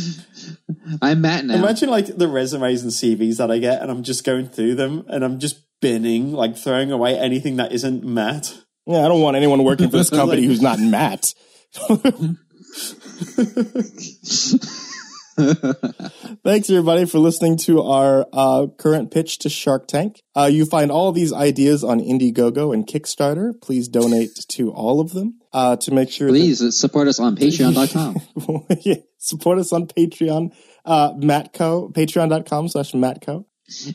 I'm Matt now. imagine like the resumes and CVs that I get, and I'm just going through them, and I'm just binning, like throwing away anything that isn't Matt. Yeah, I don't want anyone working for this company Like- who's not Matt. Thanks everybody for listening to our uh, current pitch to Shark Tank. Uh, you find all these ideas on Indiegogo and Kickstarter. Please donate to all of them uh, to make sure. that- Please uh, support us on Patreon.com. yeah, support us on Patreon, uh, Matco, patreon.com slash Matco.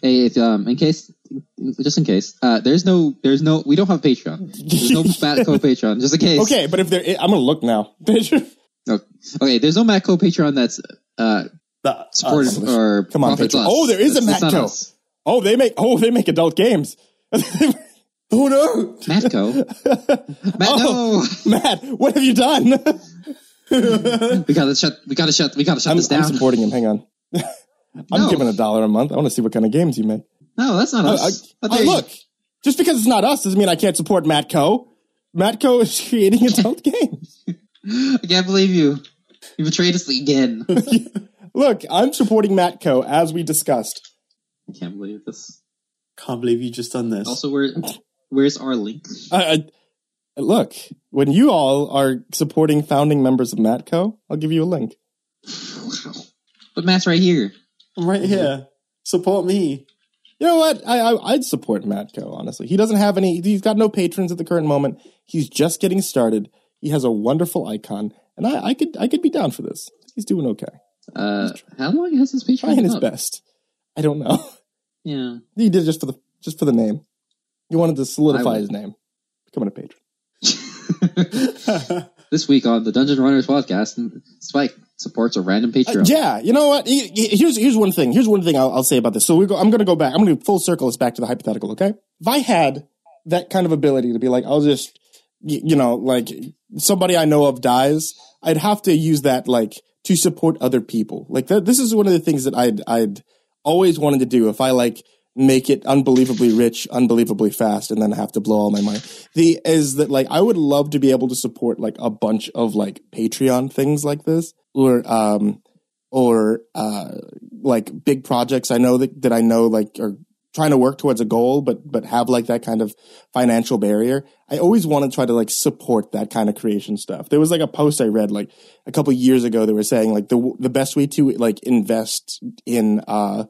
hey, if um, in case, just in case, uh, there's no, there's no, we don't have Patreon. There's no Matco Patreon. Just in case. Okay, but if there, i- I'm gonna look now. Okay. Okay, There's no Matco Patreon that's uh That supported us. or Come on, profits Patreon. us. Oh, there is a It's- it's not Matco. us. oh, they make oh they make adult games. Oh no! Matco. Matt, Matt, what have you done? no. We gotta shut. We gotta shut. We gotta shut I'm, this I'm down. supporting him. Hang on. I'm No. giving a dollar a month. I want to see what kind of games you make. no, that's not I, us. But I, Oh, there you- look, just because it's not us doesn't mean I can't support Matco. Matco is creating adult games. I can't believe you. You betrayed us again. I Look, I'm supporting Matco as we discussed. can't believe this. Can't believe you just done this. Also, where where's our link? I, I, look, when you all are supporting founding members of Matco, I'll give you a link. Wow. But Matt's right here. mm-hmm. I'm right here. Support me. You know what? I, I I'd support Matco honestly. He doesn't have any. He's got no patrons at the current moment. He's just getting started. He has a wonderful icon, and I, I could I could be down for this. He's doing okay, Uh, how long has this Patreon trying been his up? best. I don't know. Yeah. He did it just for the just for the name. He wanted to I solidify would. his name, becoming a patron. this week on the Dungeon Runners podcast, Spike supports a random Patreon. Uh, Yeah, you know what? He- he- Here's here's one thing. Here's one thing I'll, I'll say about this. So we go, I'm going to go back. I'm going to full circle this back to the hypothetical. Okay, if I had that kind of ability to be like, I'll just, y- you know, like somebody I know of dies, I'd have to use that like to support other people. Like th- this is one of the things that I'd I'd always wanted to do. If I like make it unbelievably rich, unbelievably fast, and then have to blow all my money, the is that like I would love to be able to support like a bunch of like Patreon things like this or um or uh like big projects I know that that I know like are trying to work towards a goal but but have like that kind of financial barrier i always want to try to like support that kind of creation stuff there was like a post i read like a couple years ago they were saying like the the best way to like invest in uh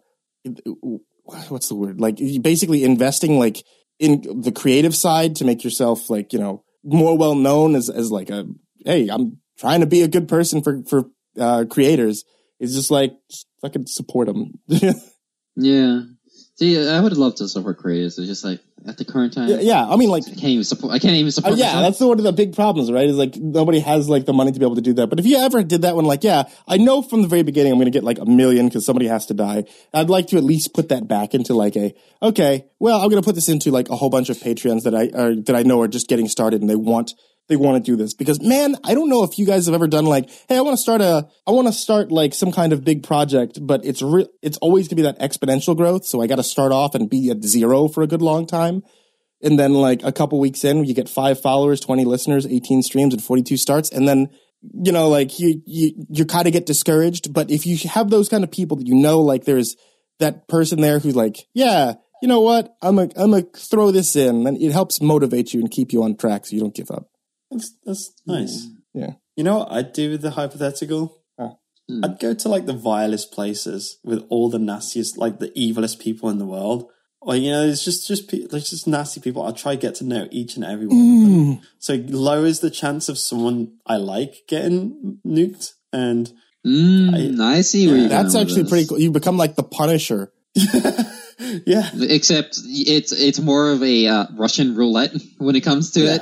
what's the word like you basically investing like in the creative side to make yourself like you know more well known as as like a hey i'm trying to be a good person for for uh creators is just like just fucking support them yeah, Yeah. See, I would love to support creators. It's just like at the current time, yeah i mean like I can't even support. I can't even Uh, support. yeah, myself. that's the one of the big problems, right? Is like nobody has like the money to be able to do that. But if you ever did that one, like, yeah, I know from the very beginning I'm going to get like a million because somebody has to die. I'd like to at least put that back into like a okay. Well, I'm going to put this into like a whole bunch of Patreons that I are, that I know are just getting started and they want they want to do this because man, I don't know if you guys have ever done like, hey, I want to start a, I want to start like some kind of big project, but it's re- it's always going to be that exponential growth. So I got to start off and be at zero for a good long time and then like a couple weeks in you get five followers 20 listeners 18 streams and 42 starts and then you know like you you, you kind of get discouraged but if you have those kind of people that you know like there's that person there who's like yeah you know what i'm a i'm a throw this in and it helps motivate you and keep you on track so you don't give up That's, that's nice. Mm, Yeah. You know what I'd do with the hypothetical? Huh. Mm. Hmm. I'd go to like the vilest places with all the nastiest, like the evilest people in the world. Or you know, it's just just pe- there's just nasty people. I'll try to get to know each and every one. of them. Mm. So it lowers the chance of someone I like getting nuked. And Mm, I, see where you're that's going with actually this. pretty cool you become like the punisher yeah, Except it's it's more of a uh, Russian roulette when it comes to it.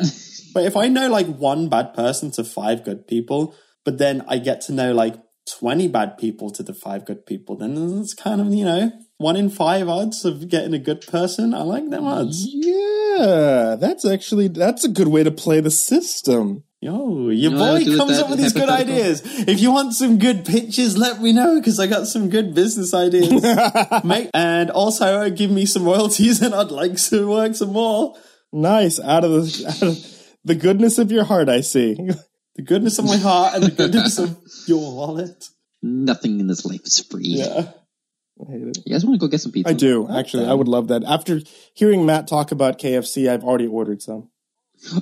But if I know like one bad person to five good people, but then I get to know like 20 bad people to the five good people, then it's kind of, you know, one in five odds of getting a good person. I like them odds. yeah that's actually that's a good way to play the system Yo, your know what I would do boy with comes that up with these good hypothetical? ideas. If you want some good pitches, let me know because I got some good business ideas. Mate, and also give me some royalties and I'd like to work some more. nice out of the out of the goodness of your heart i see The goodness of my heart and the goodness of your wallet. Nothing in this life is free. Yeah. I hate it. You guys want to go get some pizza? I do actually. I would love that. After hearing Matt talk about KFC, I've already ordered some.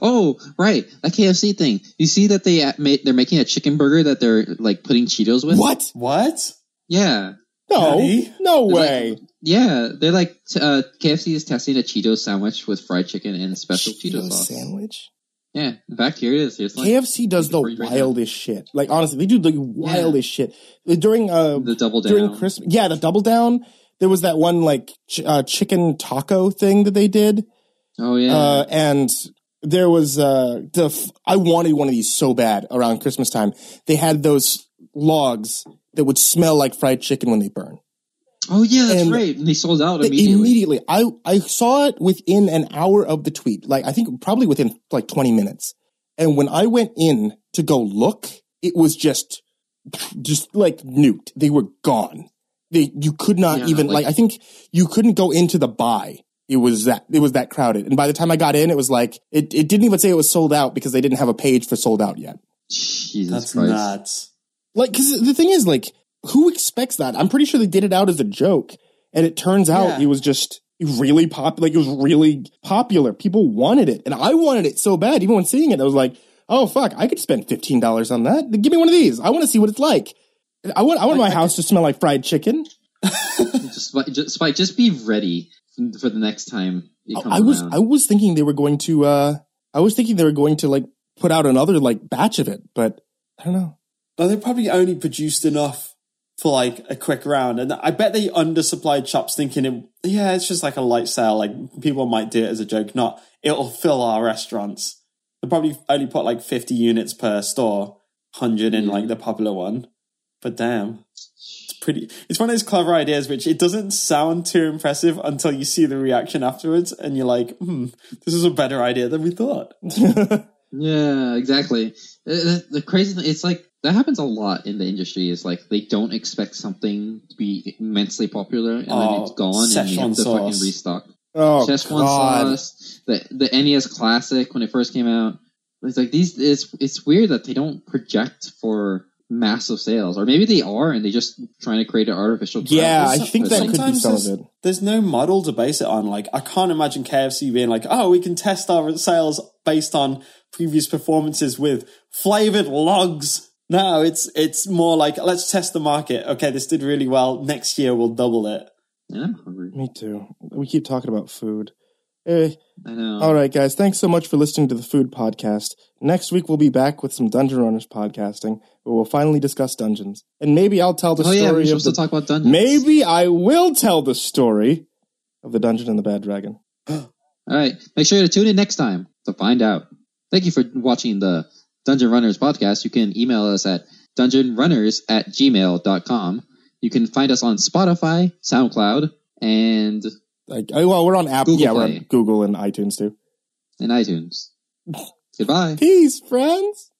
Oh, right, that KFC thing. You see that they uh, made they're making a chicken burger that they're like putting Cheetos with. What? What? Yeah. No, Really? no They're like- way. Yeah, they're like t- uh, KFC is testing a Cheeto sandwich with fried chicken and special Cheeto, Cheeto sauce. sandwich. Yeah, in fact, here it is. It's like KFC does the Right now. wildest shit. Like honestly, they do the wildest shit during uh the double down. during Christmas. Yeah, the double down. There was that one like ch- uh, chicken taco thing that they did. oh yeah, Uh, and there was uh, the f- I wanted one of these so bad around Christmas time. They had those logs that would smell like fried chicken when they burn. oh yeah, that's and- right. And they sold out They- immediately. immediately. I I saw it within an hour of the tweet. Like I think probably within like 20 minutes. And when I went in to go look, it was just just like nuked. They were gone. They you could not Yeah, even like- like I think you couldn't go into the buy. It was that it was that crowded. And by the time I got in, it was like it, it didn't even say it was sold out because they didn't have a page for sold out yet. Jesus That's Christ. nuts. Like, because the thing is, like, who expects that? I'm pretty sure they did it out as a joke, and it turns out Yeah. it was just really pop. Like, it was really popular. People wanted it, and I wanted it so bad. Even when seeing it, I was like, "Oh fuck, I could spend fifteen dollars on that. Give me one of these. I want to see what it's like. I want, I want my house to smell like fried chicken." just, Spike, just, Spike, just be ready for the next time. It comes I was around. I was thinking they were going to uh I was thinking they were going to like put out another like batch of it, but I don't know. Now they probably only produced enough for like a quick round, and I bet they undersupplied shops, thinking, it, "Yeah, it's just like a light sale. Like people might do it as a joke, not it'll fill our restaurants." They probably only put like fifty units per store, hundred in Yeah. like the popular one. But damn, it's pretty. It's one of those clever ideas which it doesn't sound too impressive until you see the reaction afterwards, and you're like, "Hmm, this is a better idea than we thought." Yeah, exactly. Uh, The, the crazy thing, it's like that happens a lot in the industry. Is like they don't expect something to be immensely popular and then Oh, it's gone and you Szechuan have to sauce. fucking restock. oh Szechuan God. sauce, the the NES classic when it first came out. It's like these. It's it's weird that they don't project for massive sales, or maybe they are and they just trying to create an artificial. Yeah, I crowd. Some- think that could be sometimes some of there's- it. There's no model to base it on. Like, I can't imagine KFC being like, oh, we can test our sales based on previous performances with flavored logs. No, it's it's more like let's test the market. Okay, this did really well. Next year we'll double it. And I'm hungry. Me too. We keep talking about food. Eh, I know. all right, guys. Thanks so much for listening to the food podcast. Next week we'll be back with some Dungeon Runners podcasting, where we'll finally discuss dungeons, and maybe I'll tell the oh yeah, story we're of supposed the. to talk about dungeons. maybe I will tell the story of the dungeon and the bad dragon. All right. Make sure to tune in next time to find out. Thank you for watching the Dungeon Runners podcast. You can email us at dungeonrunners at gmail.com. You can find us on Spotify, SoundCloud, and Like, oh, well, we're on Apple. Google yeah, we're Play. on Google and iTunes too. and iTunes. Goodbye. Peace, friends.